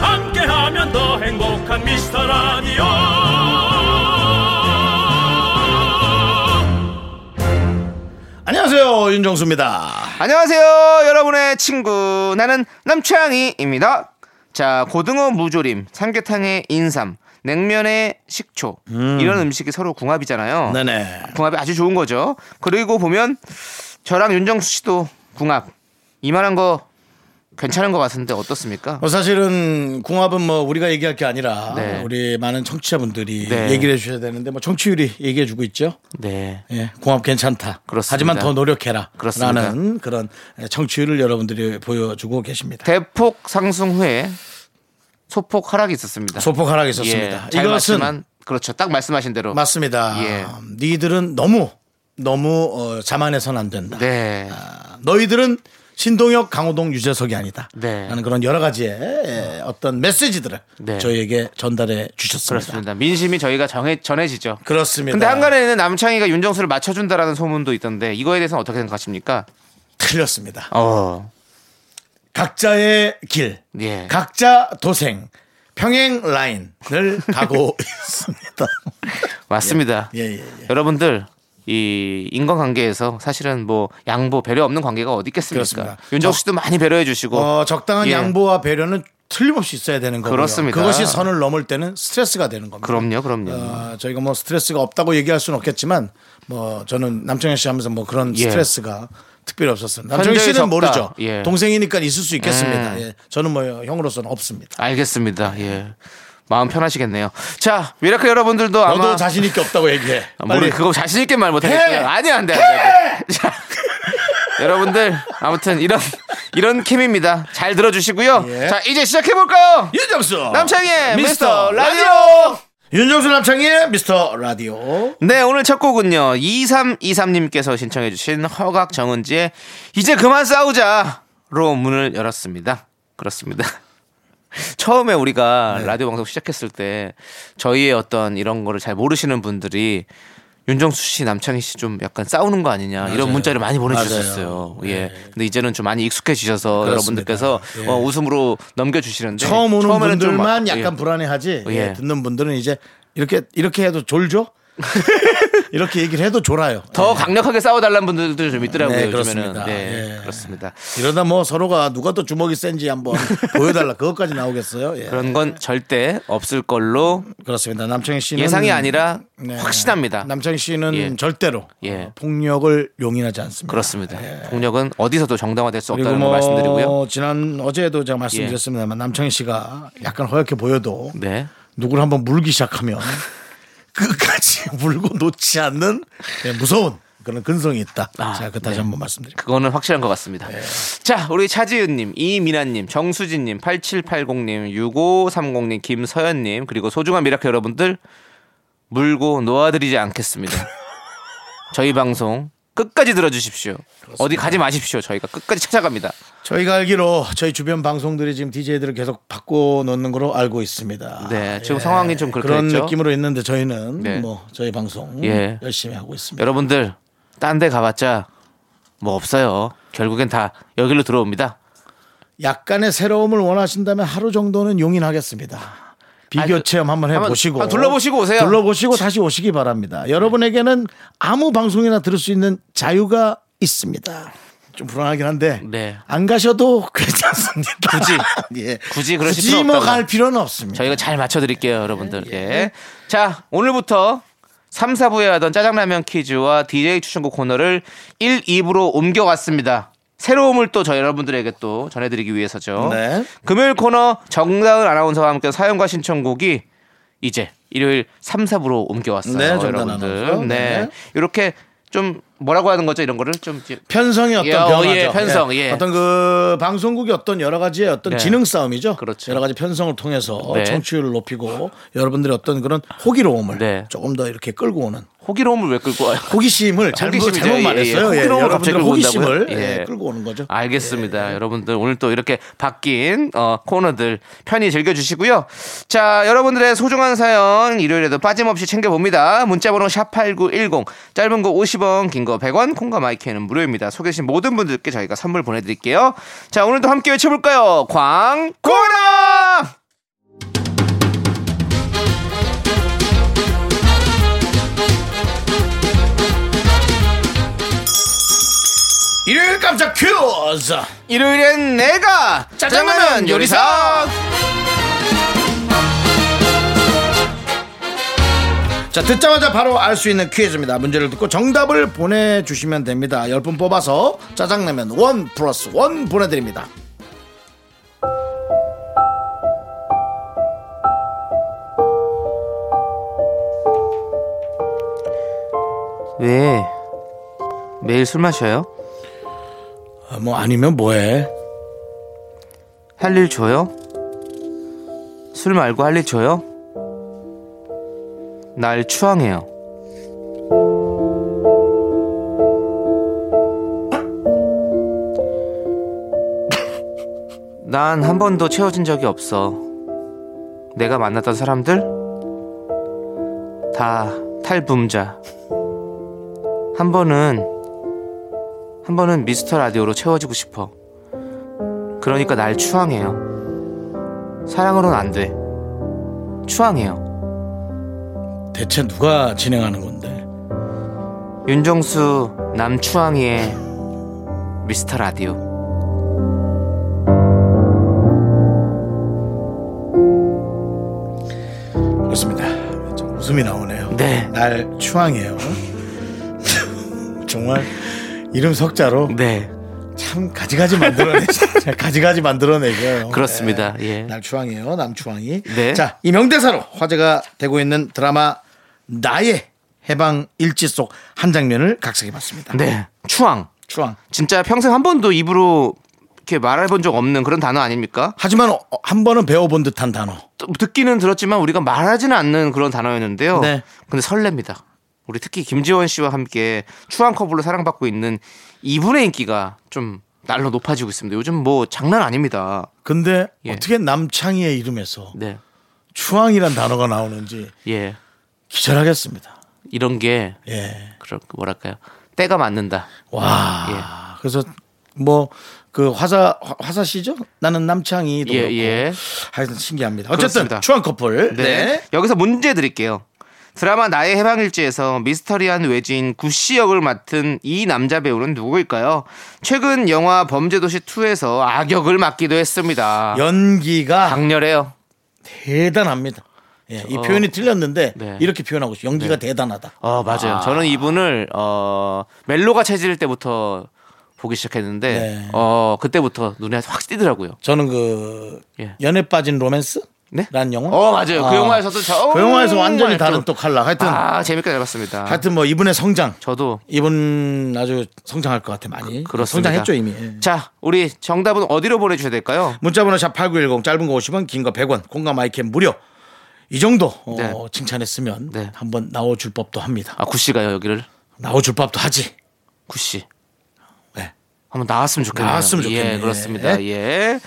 함께하면 더 행복한 미스터 라디오 안녕하세요 윤정수입니다. 안녕하세요, 여러분의 친구. 나는 남창희입니다. 자, 고등어 무조림, 삼계탕에 인삼, 냉면에 식초. 이런 음식이 서로 궁합이잖아요. 네네. 궁합이 아주 좋은 거죠. 그리고 보면 저랑 윤정수 씨도 궁합. 이만한 거 괜찮은 것 같은데 어떻습니까? 어, 사실은 궁합은 뭐 우리가 얘기할 게 아니라 네. 우리 많은 청취자분들이 네. 얘기를 해주셔야 되는데 뭐 정치율이 얘기해주고 있죠. 네. 예, 궁합 괜찮다. 그렇습니다. 하지만 더 노력해라. 그렇습니다. 라는 그런 청취율을 여러분들이 보여주고 계십니다. 대폭 상승 후에 소폭 하락이 있었습니다. 소폭 하락이 예, 있었습니다. 잘 이것은 맞지만 그렇죠. 딱 말씀하신 대로. 맞습니다. 예. 니들은 너무 너무 어, 자만해선 안 된다. 네. 아, 너희들은 신동엽, 강호동, 유재석이 아니다. 네. 라는 그런 여러 가지의 예, 어떤 메시지들을 네. 저희에게 전달해 주셨습니다. 그렇습니다. 민심이 저희가 정해 전해지죠. 그렇습니다. 근데 한간에는 남창희가 윤정수를 맞춰준다라는 소문도 있던데 이거에 대해서는 어떻게 생각하십니까? 틀렸습니다. 어, 각자의 길, 예. 각자 도생, 평행 라인을 가고 있습니다. 맞습니다. 예, 예, 예. 여러분들 이 인간관계에서 사실은 뭐 양보 배려 없는 관계가 어디 있겠습니까? 그렇습니다. 윤정수 씨도 많이 배려해 주시고 어, 적당한 예. 양보와 배려는 틀림없이 있어야 되는 거고요. 그렇습니다. 그것이 선을 넘을 때는 스트레스가 되는 겁니다. 그럼요, 그럼요. 어, 저희가 뭐 스트레스가 없다고 얘기할 수는 없겠지만 뭐 저는 남정현 씨 하면서 뭐 그런 예. 스트레스가 특별히 없었어요. 남정현 현저히 씨는 적다. 모르죠. 예. 동생이니까 있을 수 있겠습니다. 음. 예. 저는 뭐 형으로서는 없습니다. 알겠습니다. 예. 마음 편하시겠네요. 자, 미라클 여러분들도 아마 너도 자신 있게 없다고 얘기해. 아, 빨리. 모르 그거 자신 있게 말 해! 못하겠어요. 아니 안돼 안돼. 자 여러분들 아무튼 이런 이런 캠입니다. 잘 들어주시고요. 예. 자 이제 시작해 볼까요? 윤정수 남창희의 미스터 라디오. 윤정수 남창희의 미스터 라디오 네 오늘 첫 곡은요 2323님께서 신청해주신 허각 정은지의 이제 그만 싸우자로 문을 열었습니다. 그렇습니다. 처음에 우리가 네. 라디오 방송 시작했을 때 저희의 어떤 이런 거를 잘 모르시는 분들이 윤정수 씨, 남창희 씨 좀 약간 싸우는 거 아니냐 이런 문자를 많이 보내주셨어요. 예. 근데 이제는 좀 많이 익숙해지셔서 네. 그렇습니다. 여러분들께서 예. 어, 웃음으로 넘겨주시는데 처음 오는 예, 처음에는 좀 분들만 막- 약간 예. 불안해하지 예, 예. 듣는 분들은 이제 이렇게 이렇게 해도 졸죠? 이렇게 얘기를 해도 졸아요. 더 강력하게 싸워달라는 분들도 좀 있더라고요. 네, 요즘에는. 그렇습니다. 네, 예. 그렇습니다. 이러다 뭐 서로가 누가 더 주먹이 센지 한번 보여달라 그것까지 나오겠어요. 예. 그런 건 절대 없을 걸로 그렇습니다. 남창희 씨는 예상이 아니라 네. 확신합니다. 남창희 씨는 예. 절대로 예. 어, 폭력을 용인하지 않습니다. 그렇습니다. 폭력은 어디서도 정당화될 수 네. 그리고 없다는 걸 뭐 말씀드리고요. 예. 지난 어제도 제가 말씀드렸습니다만 남창희 씨가 약간 허옇게 보여도 네. 누구를 한번 물기 시작하면 끝까지 물고 놓지 않는 예, 무서운 그런 근성이 있다. 아, 제가 그 다시 한번 말씀드립니다. 그거는 확실한 것 같습니다. 네. 자, 우리 차지은님, 이민아님, 정수진님, 8780님, 6530님, 김서연님, 그리고 소중한 미라클 여러분들, 물고 놓아드리지 않겠습니다. 저희 방송 끝까지 들어주십시오. 어디 가지 마십시오. 저희가 끝까지 찾아갑니다. 저희가 알기로 저희 주변 방송들이 지금 DJ들을 계속 바꿔 놓는 걸로 알고 있습니다. 네, 지금 상황이 좀 그렇게 런 됐죠? 아, 예. 느낌으로 있는데 저희는 네. 뭐 저희 방송 예. 열심히 하고 있습니다. 여러분들 딴 데 가봤자 뭐 없어요. 결국엔 다 여기로 들어옵니다. 약간의 새로움을 원하신다면 하루 정도는 용인하겠습니다. 비교 아, 그- 체험 한번 한번- 해보시고 한번 둘러보시고 오세요. 네. 둘러보시고 다시 오시기 바랍니다. 여러분에게는 아무 방송이나 들을 수 있는 자유가 있습니다. 좀 불안하긴 한데 네. 안 가셔도 괜찮습니다. 굳이, 예. 굳이 그러실 굳이 필요 없다고. 뭐갈 필요는 없습니다. 저희가 잘 맞춰드릴게요, 여러분들. 예. 자, 오늘부터 3, 4부에 하던 짜장라면 퀴즈와 DJ 추천곡 코너를 1, 2부로 옮겨왔습니다. 새로움을 또 저희 여러분들에게 또 전해드리기 위해서죠. 네. 금요일 코너 정다은 아나운서와 함께 사연과 신청곡이 이제 일요일 3, 4부로 옮겨왔어요. 네, 정다은 여러분들. 아나운서. 네. 네. 이렇게 좀 뭐라고 하는 거죠? 이런 거를 좀 이제 편성의 어떤 예, 어, 변화죠. 예, 편성, 예. 어떤 그 방송국의 어떤 여러 가지의 어떤 네. 지능 싸움이죠. 그렇죠. 여러 가지 편성을 통해서 네. 청취율을 높이고 여러분들의 어떤 그런 호기로움을 네. 조금 더 이렇게 끌고 오는 호기로움을 왜 끌고 와요? 호기심을 잘못, 호기심이죠. 잘못 예, 예. 말했어요. 예, 호기로움을 갑자기 여러분들 끌고 호기심을 온다고요? 예, 예. 끌고 오는 거죠. 알겠습니다. 여러분들 오늘 또 이렇게 바뀐 어, 코너들 편히 즐겨주시고요. 자, 여러분들의 소중한 사연 일요일에도 빠짐없이 챙겨봅니다. 문자번호 샵8910 짧은 거 50원, 긴 거 100원, 콩과 마이크는 무료입니다. 소개신 모든 분들께 저희가 선물 보내드릴게요. 자, 오늘도 함께 외쳐볼까요? 광고라! 일요일 깜짝 퀴즈. 일요일엔 내가 짜장라면 요리사! 자, 듣자마자 바로 알 수 있는 퀴즈입니다. 문제를 듣고 정답을 보내주시면 됩니다. 10분 뽑아서 짜장라면 원 플러스 원 보내드립니다. 왜 매일 술 마셔요? 아, 뭐 아니면 뭐해? 할 일 줘요? 술 말고 할 일 줘요? 날 추앙해요. 난 한 번도 채워진 적이 없어. 내가 만났던 사람들 다 탈붐자. 한 번은 한 번은 미스터 라디오로 채워지고 싶어. 그러니까 날 추앙해요. 사랑으로는 안 돼. 추앙해요. 대체 누가 진행하는 건데? 윤정수 남추앙이의 미스터 라디오. 그렇습니다. 좀 웃음이 나오네요. 네. 날 추앙해요. 정말 이름 석자로 네. 참 가지가지 만들어내죠. 가지가지 만들어내죠. 그렇습니다. 예. 날 추앙해요. 남 추앙이. 네. 자, 이 명대사로 화제가 되고 있는 드라마 나의 해방 일지 속 한 장면을 각색해봤습니다. 네. 추앙. 추앙. 진짜 평생 한 번도 입으로 이렇게 말해본 적 없는 그런 단어 아닙니까? 하지만 어, 한 번은 배워본 듯한 단어. 또 듣기는 들었지만 우리가 말하지는 않는 그런 단어였는데요. 네. 근데 설렙니다. 우리 특히 김지원 씨와 함께 추앙 커플로 사랑받고 있는 이분의 인기가 좀 날로 높아지고 있습니다. 요즘 뭐 장난 아닙니다. 근데 예. 어떻게 남창희의 이름에서 네. 추앙이란 단어가 나오는지 예. 기절하겠습니다. 이런 게 예. 그런 뭐랄까요? 때가 맞는다. 아, 와. 아, 그래서 뭐 그 화사 화- 화사 씨죠? 나는 남창희도 예, 그렇고. 예. 뭐 하여튼 신기합니다. 어쨌든 그렇습니다. 추앙 커플. 네. 네. 여기서 문제 드릴게요. 드라마 나의 해방일지에서 미스터리한 외지인 구씨 역을 맡은 이 남자 배우는 누구일까요? 최근 영화 범죄도시 2에서 악역을 맡기도 했습니다. 연기가 강렬해요. 대단합니다. 예, 이 표현이 틀렸는데 어. 네. 이렇게 표현하고 있어요. 연기가 대단하다. 어 맞아요. 저는 이분을 어 멜로가 체질 때부터 보기 시작했는데 네. 어 그때부터 눈에 확 띄더라고요. 저는 그 예. 연애 빠진 로맨스? 네? 라는 영화? 어 맞아요. 아. 그 영화에서도 저 그 영화에서 완전히 정말 다른 좀- 또 칼라. 하여튼 아 재밌게 잘 봤습니다. 하여튼 뭐 이분의 성장. 저도 이분 아주 성장할 것 같아 많이. 그렇습니다. 음, 성장했죠 이미. 예. 자 우리 정답은 어디로 보내주셔야 될까요? 문자번호 샵 8910 짧은 거 50원 긴 거 100원 공감 마이크 무료 이 정도 어, 네. 칭찬했으면 네. 한번 나와줄 법도 합니다 아 구씨가요 여기를 나와줄 법도 하지 구씨. 네. 한번 나왔으면 좋겠네요. 나왔으면 좋겠네. 예, 그렇습니다. 예.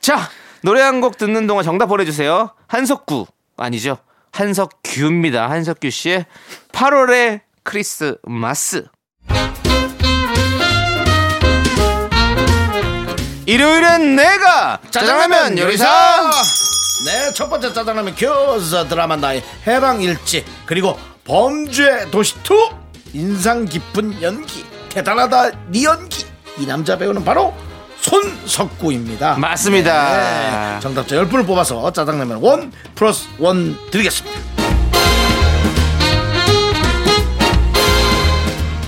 자, 노래 한 곡 듣는 동안 정답 보내주세요. 한석구 아니죠? 한석규입니다. 한석규 씨의 8월의 크리스마스. 일요일엔 내가 짜장라면 요리사. 네첫 번째 짜장라면 교사 드라마 나의 해방일지 그리고 범죄 도시 2 인상 깊은 연기 대단하다 니 연기 이 남자 배우는 바로 손석구입니다 맞습니다. 네, 정답자 10분을 뽑아서 짜장라면 원 플러스 원 드리겠습니다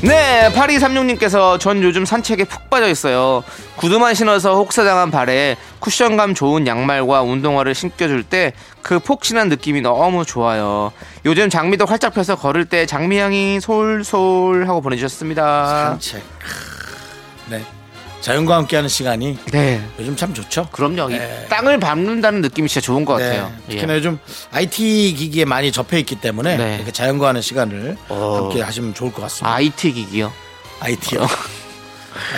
네, 8236님께서 전 요즘 산책에 푹 빠져 있어요. 구두만 신어서 혹사당한 발에 쿠션감 좋은 양말과 운동화를 신겨줄 때 그 폭신한 느낌이 너무 좋아요. 요즘 장미도 활짝 펴서 걸을 때 장미향이 솔솔 하고 보내주셨습니다. 산책. 크, 네. 자연과 함께하는 시간이 네. 요즘 참 좋죠. 그럼요. 이 땅을 밟는다는 느낌이 진짜 좋은 것 같아요. 네. 예. 특히나 요즘 IT 기기에 많이 접해 있기 때문에 네. 이렇게 자연과 하는 시간을 어. 아. 함께 하시면 좋을 것 같습니다. IT 기기요. IT요.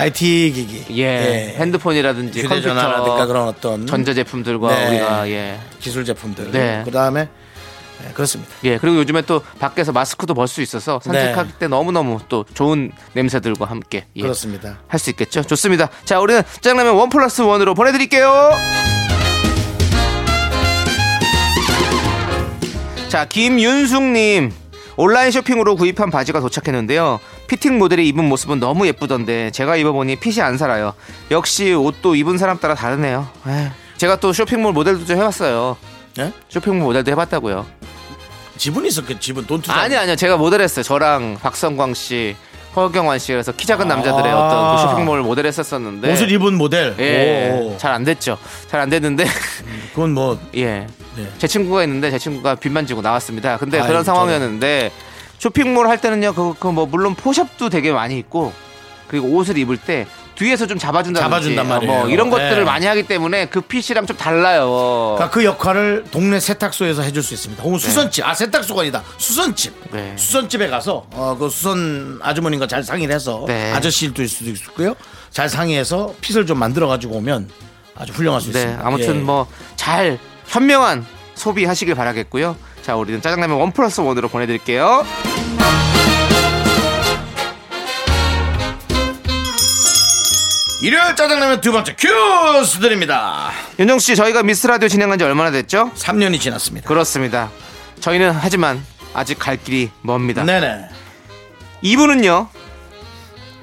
IT 기기. 어. 예. 핸드폰이라든지 휴대전화라든가 컴퓨터, 그런 어떤 전자제품들과 네. 우리가 예. 기술 제품들. 네. 그 다음에 그렇습니다. 예. 그리고 요즘에 또 밖에서 마스크도 벌 수 있어서 네. 산책할 때 너무너무 또 좋은 냄새들과 함께 예. 그렇습니다. 할 수 있겠죠. 좋습니다. 자, 우리는 짜장라면 원 플러스 원으로 보내드릴게요. 자, 김윤숙님. 온라인 쇼핑으로 구입한 바지가 도착했는데요. 피팅 모델이 입은 모습은 너무 예쁘던데 제가 입어보니 핏이 안 살아요. 역시 옷도 입은 사람 따라 다르네요. 에휴. 제가 또 쇼핑몰 모델도 좀 해봤어요. 예? 쇼핑몰 모델도 해봤다고요. 지분이 있었겠죠. 지분 돈 투자. 아니 아니요 제가 모델했어요 저랑 박성광 씨 허경환 씨 그래서 키 작은 남자들의 아. 어떤 그 쇼핑몰 모델했었었는데 옷을 입은 모델. 오. 네. 예잘 안 됐죠 잘 안 됐는데 그건 뭐 예 네. 제 친구가 있는데 제 친구가 빚만 지고 나왔습니다 근데 아이고, 그런 상황이었는데 쇼핑몰 할 때는요 그뭐 그 뭐 물론 포샵도 되게 많이 있고 그리고 옷을 입을 때 뒤에서 좀 잡아준다든지 잡아준단 어, 말이에요. 뭐 이런 것들을 네. 많이 하기 때문에 그 핏이랑 좀 달라요 그러니까 그 역할을 동네 세탁소에서 해줄 수 있습니다. 혹은 수선집, 아 세탁소가 아니다. 수선집, 네. 수선집에 가서 어, 그 수선 아주머님과 잘 상의를 해서 네. 아저씨일도 수도 있고요. 잘 상의해서 핏을 좀 만들어 가지고 오면 아주 훌륭할 수 네, 있습니다. 아무튼 예. 뭐 잘 현명한 소비하시길 바라겠고요. 자, 우리는 짜장라면 원 플러스 원으로 보내드릴게요. 일요일 짜장라면 두 번째 큐스 드립니다. 윤정수 씨, 저희가 미스 라디오 진행한 지 얼마나 됐죠? 3년이 지났습니다. 그렇습니다. 저희는 하지만 아직 갈 길이 멉니다. 네네. 이분은요.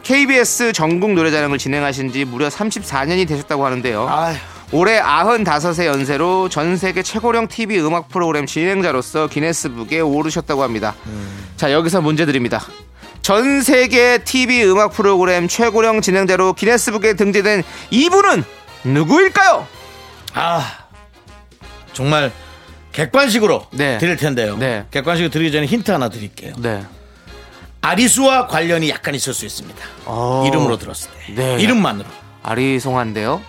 KBS 전국 노래자랑을 진행하신 지 무려 34년이 되셨다고 하는데요. 아휴. 올해 95세 연세로 전 세계 최고령 TV 음악 프로그램 진행자로서 기네스북에 오르셨다고 합니다. 자, 여기서 문제 드립니다. 전 세계 TV 음악 프로그램 최고령 진행자로 기네스북에 등재된 이분은 누구일까요? 아 정말 객관식으로 네. 드릴 텐데요. 네. 객관식으로 드리기 전에 힌트 하나 드릴게요. 네. 아리수와 관련이 약간 있을 수 있습니다. 어. 이름으로 들었을 때. 네. 이름만으로. 아리송한데요.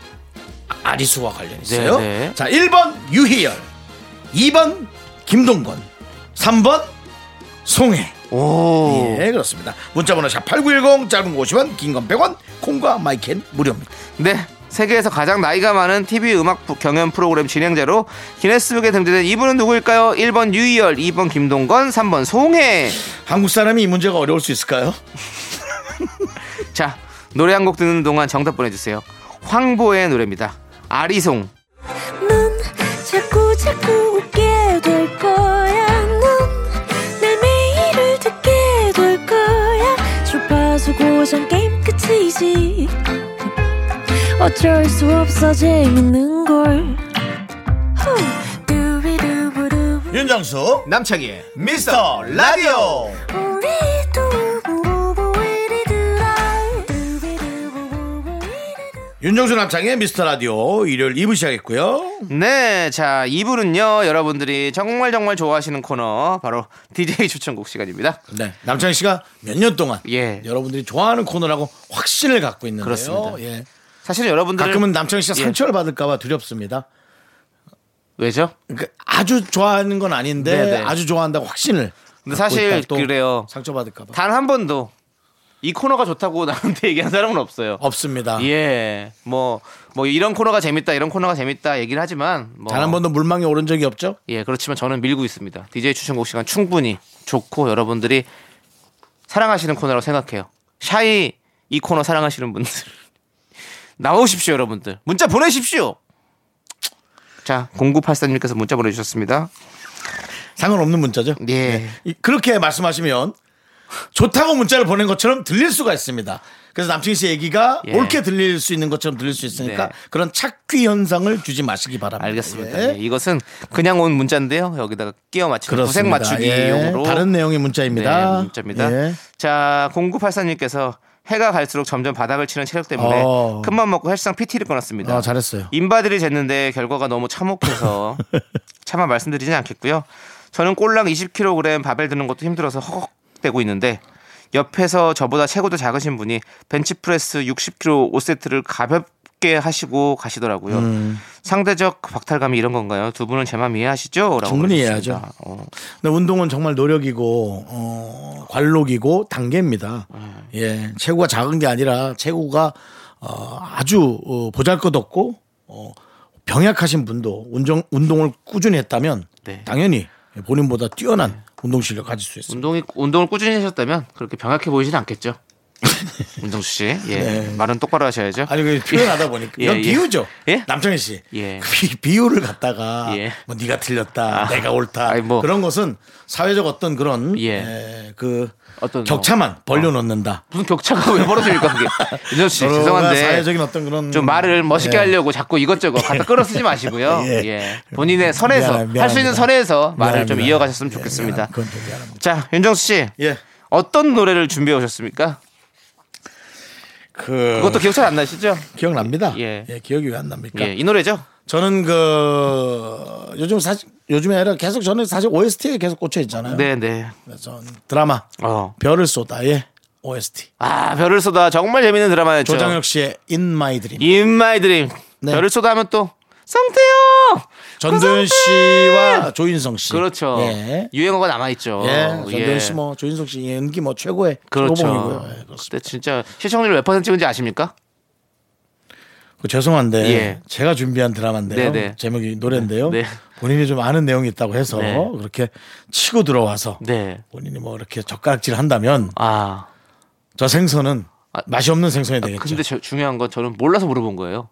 아리수와 관련이 있어요. 네, 네. 자, 1번 유희열. 2번 김동건. 3번 송혜. 오. 예, 그렇습니다. 문자번호 샵8910, 짧은 거 50원, 긴 건 100원, 콩과 마이캔 무료입니다. 네. 세계에서 가장 나이가 많은 TV 음악 부- 경연 프로그램 진행자로 기네스북에 등재된 이분은 누구일까요? 1번 유이열, 2번 김동건, 3번 송혜. 한국 사람이 이 문제가 어려울 수 있을까요? 자, 노래 한 곡 듣는 동안 정답 보내주세요. 황보의 노래입니다. 아리송. 넌 자꾸 자꾸 웃게 될 거야. 넌내 매일을 듣게 될 거야. 주파수 고정 게임 끝이지. 어쩔 수 없어 재밌는 걸. 후. 두비두부두. 윤정수, 남창희의 미스터 라디오. 우리 두부부부 우리들아. 두비두부부부 우리들아. 윤정수, 남창희의 미스터 라디오. 일요일 2부 시작했고요. 네, 자, 이분은요, 여러분들이 정말 정말 좋아하시는 코너, 바로 DJ 추천곡 시간입니다. 네. 남창희 씨가 몇 년 동안 예. 여러분들이 좋아하는 코너라고 확신을 갖고 있는데요. 그렇습니다. 예. 사실은 여러분들. 가끔은 남창희 씨가 예. 상처를 받을까봐 두렵습니다. 왜죠? 그러니까 아주 좋아하는 건 아닌데 네네. 아주 좋아한다고 확신을. 갖고 근데 사실 있다. 또 그래요. 상처받을까봐. 단 한 번도 이 코너가 좋다고 나한테 얘기한 사람은 없어요. 없습니다. 예, 뭐, 뭐, 이런 코너가 재밌다, 이런 코너가 재밌다 얘기를 하지만. 뭐, 단 한 번도 물망에 오른 적이 없죠? 예, 그렇지만 저는 밀고 있습니다. DJ 추천곡 시간 충분히 좋고 여러분들이 사랑하시는 코너라고 생각해요. 샤이 이 코너 사랑하시는 분들 나오십시오, 여러분들. 문자 보내십시오. 자, 0984님께서 문자 보내주셨습니다. 상관없는 문자죠? 네. 예. 이- 그렇게 말씀하시면 좋다고 문자를 보낸 것처럼 들릴 수가 있습니다. 그래서 남창희 씨 얘기가 예. 옳게 들릴 수 있는 것처럼 들릴 수 있으니까 네. 그런 착귀 현상을 주지 마시기 바랍니다. 알겠습니다. 예. 예, 이것은 그냥 온 문자인데요. 여기다가 끼워 맞추는 구색 그렇습니다. 맞추기용으로 예, 다른 내용의 문자입니다. 네, 문자입니다. 예. 자, 0984님께서 해가 갈수록 점점 바닥을 치는 체력 때문에 어. 큰맘 먹고 헬스장 PT를 끊었습니다. 아, 잘했어요. 인바디를 쟀는데 결과가 너무 참혹해서 차마 말씀드리지 않겠고요. 저는 꼴랑 20kg 바벨 드는 것도 힘들어서 허걱대고 있는데 옆에서 저보다 체구도 작으신 분이 벤치프레스 60kg 5세트를 가볍게 하시고 가시더라고요. 음. 상대적 박탈감이 이런 건가요? 두 분은 제 마음 이해하시죠? 라고 충분히 보내주셨습니다. 이해하죠. 어, 근데 운동은 정말 노력이고 어, 관록이고 단계입니다. 음. 예, 체구가 작은 게 아니라 체구가 어, 아주 어, 보잘것없고 어, 병약하신 분도 운동 운동을 꾸준히 했다면 네. 당연히 본인보다 뛰어난 운동 실력 가질 수 있습니다. 운동이 운동을 꾸준히 하셨다면 그렇게 병약해 보이진 않겠죠. 윤정수 씨, 예, 말은 똑바로 네. 하셔야죠. 아니 그 표현하다 보니까 이건 예, 예. 비유죠. 예? 남창희 씨 예. 그 비- 비유를 갖다가 예. 뭐 네가 틀렸다, 아. 내가 옳다 아니, 뭐. 그런 것은 사회적 어떤 그런 예. 에, 그 어떤 격차만 벌려놓는다. 무슨 격차가 왜 벌어집니까 그게? 윤정수 씨, 서로가 죄송한데 사회적인 어떤 그런 좀 말을 멋있게 하려고 자꾸 이것저것 갖다 끌어쓰지 마시고요. 음. 예. 예. 본인의 선에서 미안합- 미안합니다. 할 수 있는 선에서 말을 좀 미안합니다. 이어가셨으면 예, 좋겠습니다. 미안합니다. 그건 좀 미안합니다. 자, 윤정수 씨, 예. 어떤 노래를 준비해 오셨습니까? 그 그것도 기억 잘 안 나시죠? 기억납니다. 예. 예. 기억이 왜 안 납니까? 예, 이 노래죠. 저는 그 요즘 사실 요즘에 아니라 계속 저는 사실 OST에 계속 꽂혀 있잖아요. 네, 네. 그래서 드라마 어. 별을 쏟아의 예. OST 아, 별을 쏟아 정말 재밌는 드라마였죠. 조장혁 씨의 In My Dream. In My Dream. 네. 별을 쏟아 하면 또 성태요. 전도연 씨와 조인성 씨. 그렇죠. 예. 유행어가 남아 있죠. 예. 전도연 씨 뭐 조인성 씨 연기 뭐 최고의 그렇죠. 최고봉이고요. 예, 그렇습니다. 그때 진짜 시청률 몇 퍼센트인지 아십니까? 그 죄송한데 예. 제가 준비한 드라마인데요. 네네. 제목이 노래인데요. 네. 본인이 좀 아는 내용이 있다고 해서 네. 그렇게 치고 들어와서 네. 본인이 뭐 이렇게 젓가락질 한다면 아. 저 생선은 아, 맛이 없는 생선이 되겠죠. 근데 저- 중요한 건 저는 몰라서 물어본 거예요.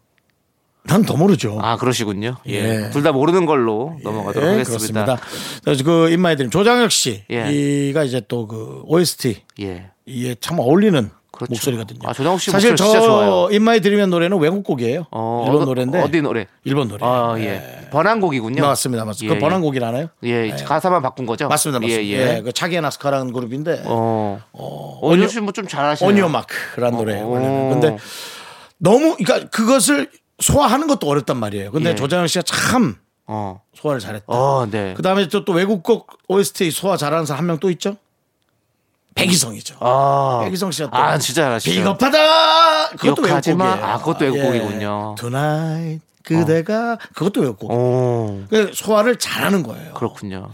난 더 모르죠. 아, 그러시군요. 예. 예. 둘 다 모르는 걸로 넘어가도록 예, 하겠습니다. 그렇습니다. 그래서 그 인마이드림 조장혁 씨 예. 이가 이제 또 그 OST 예. 이에 참 어울리는 그렇죠. 목소리거든요. 아, 조장욱 씨 사실 목소리 진짜 저 좋아요. 인마이 드리면 노래는 외국곡이에요. 어, 일본 어디- 노래인데 어디 노래? 일본 노래. 네. 아, 예. 번안곡이군요. 맞습니다, 맞습니다. 그 예, 번안곡이라나요? 예, 예. 가사만 바꾼 거죠? 맞습니다, 맞습니다. 예, 예, 예. 그 차기의 나스카라는 그룹인데 어. 어, 니 씨뭐좀 잘하시네요. 오니오마크라는 노래. 어. 원래는. 근데 너무 그러니까 그것을 소화하는 것도 어렵단 말이에요. 근데 예. 조장혁 씨가 참 어. 소화를 잘했다. 어, 네. 그다음에 또, 또 외국곡 OST 소화 잘하는 사람 한 명 또 있죠? 백이성이죠. 아. 백이성 씨가 또 아, 진짜 잘하시죠. 비겁하다. 그것도 욕하지 마. 외국곡이에요. 아, 그것도 외국곡이군요. 어. 예. Tonight 그대가 그것도 외국곡. 오. 그 소화를 잘하는 거예요. 어, 그렇군요.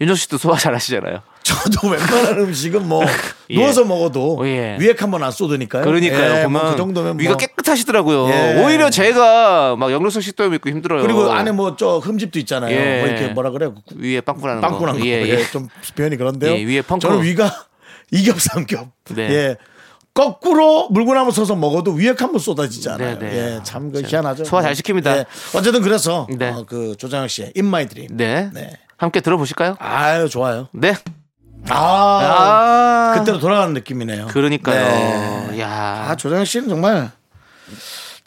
윤정 씨도 소화 잘하시잖아요. 저도 웬만한 음식은 뭐 예. 누워서 먹어도 어, 예. 위액 한 번 안 쏟으니까요. 그러니까요. 예, 보면 뭐그 정도면 위가 뭐. 깨끗하시더라고요. 예. 오히려 제가 막 역류성 식도염 있고 힘들어요. 그리고 안에 뭐 저 흠집도 있잖아요. 예. 뭐 이렇게 뭐라 그래요? 구- 위에 빵꾸나는 거. 빵꾸난 거. 예, 예, 예. 좀 표현이 그런데요. 예, 위에 펑크. 저는 위가 이겹삼겹. 네. 예. 거꾸로 물구나무 서서 먹어도 위액 한 번 쏟아지잖아요. 네, 네. 예, 참 그 희한하죠. 소화 잘 시킵니다. 예. 어쨌든 그래서 네. 어, 그 조장혁 씨의 인마이 드림. 네. 네. 함께 들어보실까요? 아유 좋아요. 네. 아, 아. 그때로 돌아가는 느낌이네요. 그러니까요. 야. 아 조정혁 씨는 정말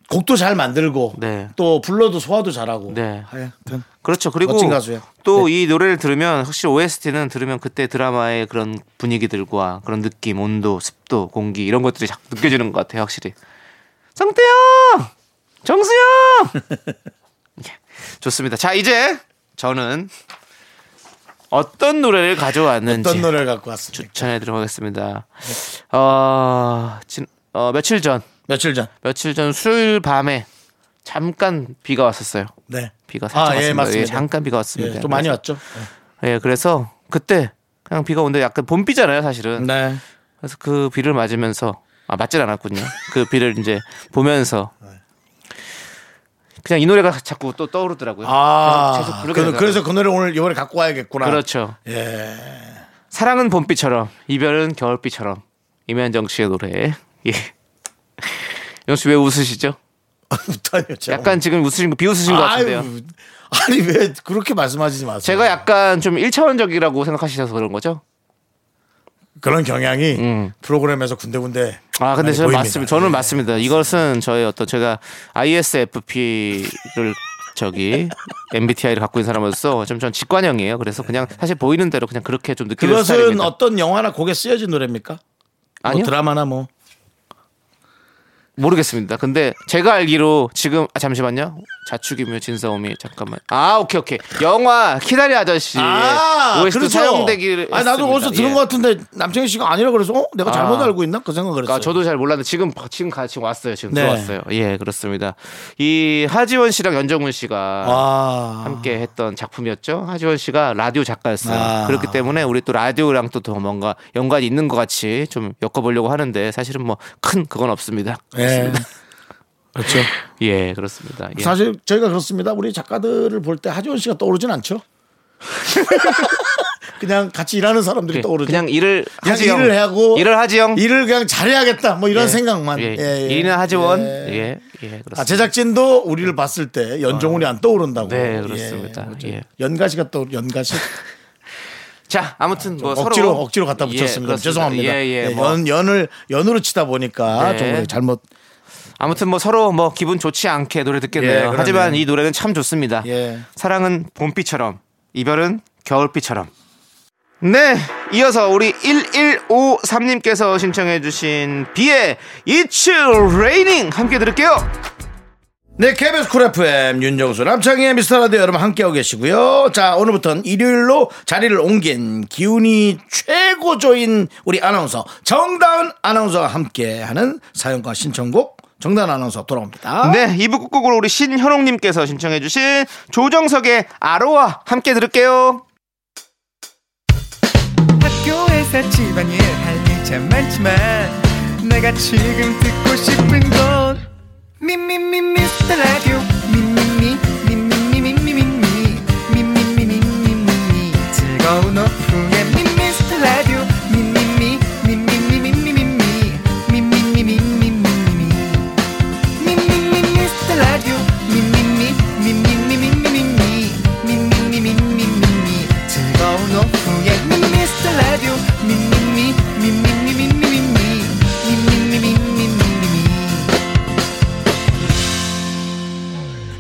곡도 잘 만들고 네. 또 불러도 소화도 잘하고 네. 하여튼 그렇죠. 그리고 멋진 가수예요. 네. 또 이 노래를 들으면 확실히 OST는 들으면 그때 드라마의 그런 분위기들과 그런 느낌, 온도, 습도, 공기 이런 것들이 자꾸 느껴지는 것 같아요. 확실히. 성태형, 정수형. 예, 좋습니다. 자 이제 저는 어떤 노래를 가져왔는지 어떤 노래를 갖고 왔습니까? 추천해드리도록 하겠습니다. 어, 진, 어, 며칠 전, 며칠 전. 며칠 전 수요일 밤에 잠깐 비가 왔었어요. 네. 비가 살짝 아, 예, 왔습니다. 맞습니다. 예, 잠깐 비가 예, 왔습니다. 좀 많이 왔죠. 예, 그래서 그때 그냥 비가 오는데 약간 봄비잖아요, 사실은. 네. 그래서 그 비를 맞으면서 아, 맞진 않았군요. 그 비를 이제 보면서 그냥 이 노래가 자꾸 또 떠오르더라고요. 아, 계속 그, 부르게 되더라고요. 그래서 그 노래 오늘 이번에 갖고 와야겠구나. 그렇죠. 예. 사랑은 봄비처럼, 이별은 겨울비처럼. 임현정 씨의 노래. 예. 영씨 왜 웃으시죠? 부탄이요. 제가. 약간 지금 웃으신 거 비웃으신 것 같은데요. 아유, 아니 왜 그렇게 말씀하시지 마세요. 제가 약간 좀 1차원적이라고 생각하셔서 그런 거죠? 그런 경향이 프로그램에서 군데군데. 음. 아, 근데 많이 저는 보입니다. 맞습니다. 저는 예. 맞습니다. 이것은 저의 어떤 제가 ISFP를 저기 MBTI를 갖고 있는 사람으로서 좀 전 직관형이에요. 그래서 그냥 사실 보이는 대로 그냥 그렇게 좀 느끼는 네. 그것은 스타일입니다. 어떤 영화나 곡에 쓰여진 노래입니까? 뭐 아니요. 드라마나 뭐 모르겠습니다. 근데 제가 알기로 지금 아, 잠시만요. 자축이며 진싸움이 잠깐만. 아 오케이 오케이. 영화 키다리 아저씨. 아, OST 그렇죠. 예, 사용되기를. 아, 나도 어디서 했습니다. 들은 예. 것 같은데 남창희 씨가 아니라 그래서 어? 내가 잘못 아. 알고 있나? 그 생각을 했어요. 그러니까 저도 잘 몰랐는데 지금 바- 지금 가 지금 왔어요. 지금 네. 들어왔어요. 예, 그렇습니다. 이 하지원 씨랑 연정훈 씨가 아. 함께 했던 작품이었죠. 하지원 씨가 라디오 작가였어요. 아. 그렇기 때문에 우리 또 라디오랑 또 더 뭔가 연관이 있는 것 같이 좀 엮어보려고 하는데 사실은 뭐 큰 그건 없습니다. 예. 그렇죠. 예, 그렇습니다. 예. 사실 저희가 그렇습니다. 우리 작가들을 볼 때 하지원 씨가 떠오르진 않죠. 그냥 같이 일하는 사람들이 예, 떠오르죠. 그냥 일을 그냥 하지영. 일을 하고 일을 하지영. 일을 그냥 잘해야겠다. 뭐 이런 생각만. 예. 예, 예. 일은 하지원. 예. 예, 예, 그렇습니다. 예. 아, 제작진도 우리를 봤을 때 연정훈이 안 떠오른다고. 네, 그렇습니다. 예. 연가시가 또 연가시 자, 아무튼 뭐 서로 억지로 억지로 갖다 예, 붙였습니다. 그렇습니다. 죄송합니다. 예, 예, 예, 뭐 연 연을 연으로 치다 보니까 네. 정말 잘못 아무튼 뭐 서로 뭐 기분 좋지 않게 노래 예, 듣겠네요. 그러네요. 하지만 이 노래는 참 좋습니다. 예. 사랑은 봄비처럼, 이별은 겨울비처럼. 네, 이어서 우리 1153님께서 신청해주신 비의 It's Raining 함께 들을게요. 네, KBS 쿨 FM 윤정수 남창희의 미스터라디오 여러분 함께하고 계시고요. 자, 오늘부터는 일요일로 자리를 옮긴 기운이 최고조인 우리 아나운서 정다은 아나운서와 함께하는 사연과 신청곡 정다은 아나운서 돌아옵니다. 네, 이부 끝곡으로 우리 신현옥님께서 신청해주신 조정석의 아로와 함께 들을게요. 학교에서 집안일 할 일 참 많지만 내가 지금 듣고 싶은 건 미미미 미스터 라디오 미미미 미미미 미미미 미미미 미미미 즐거운 오후에 미미스터 라디오 미미미 미미미 미미미 미미미 미미미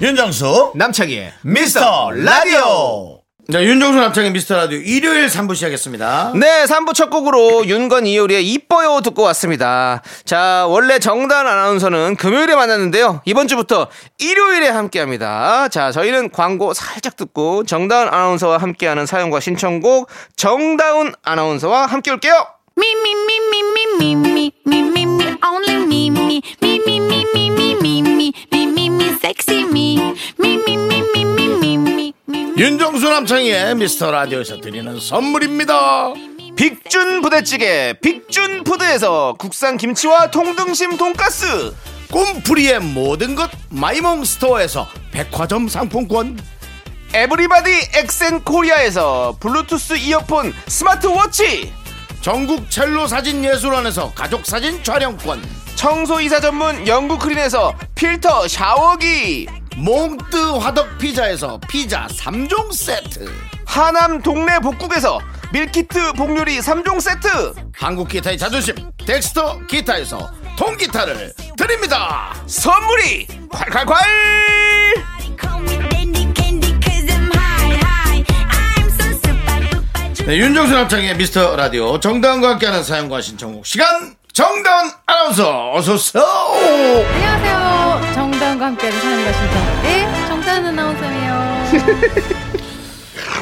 윤정수 남창희의 미스터 라디오. 네, 윤정수 남창희 미스터 라디오 일요일 3부 시작했습니다. 네, 3부 첫 곡으로 윤건 이효리의 이뻐요 듣고 왔습니다. 자, 원래 정단 아나운서는 금요일에 만났는데요. 이번 주부터 일요일에 함께 합니다. 자, 저희는 광고 살짝 듣고 정다운 아나운서와 함께하는 사연과 신청곡 정다운 아나운서와 함께 올게요. Me, me, me, me, me, me, me, me, me, me, only me, me, me, me, me, me, me, me, me, me, me, me, sexy me, me, me, me, me, me, me, me, me, me. 윤정수 남창희의 미스터 라디오에서 드리는 선물입니다. 빅준 부대찌개, 빅준 푸드에서 국산 김치와 통등심 돈가스. 꿈풀이의 모든 것 마이몽 스토어에서 백화점 상품권 에브리바디 엑센 코리아에서 블루투스 이어폰 스마트워치. 전국 첼로 사진 예술원에서 가족 사진 촬영권 청소이사 전문 영국크린에서 필터 샤워기 몽뜨 화덕 피자에서 피자 3종 세트 하남 동네 복국에서 밀키트 복요리 3종 세트 한국 기타의 자존심 덱스터 기타에서 통기타를 드립니다 선물이 콸콸콸 Call me dandy candy 'cause I'm high, high. I'm so super duper duper. 네, 윤정수 남창의 미스터 라디오 정다은과 함께하는 사연과 신청곡 시간 정다은 아나운서 어서오세요 안녕하세요. 정다은과 함께하는 사연과 신청곡의 정다은 아나운서예요.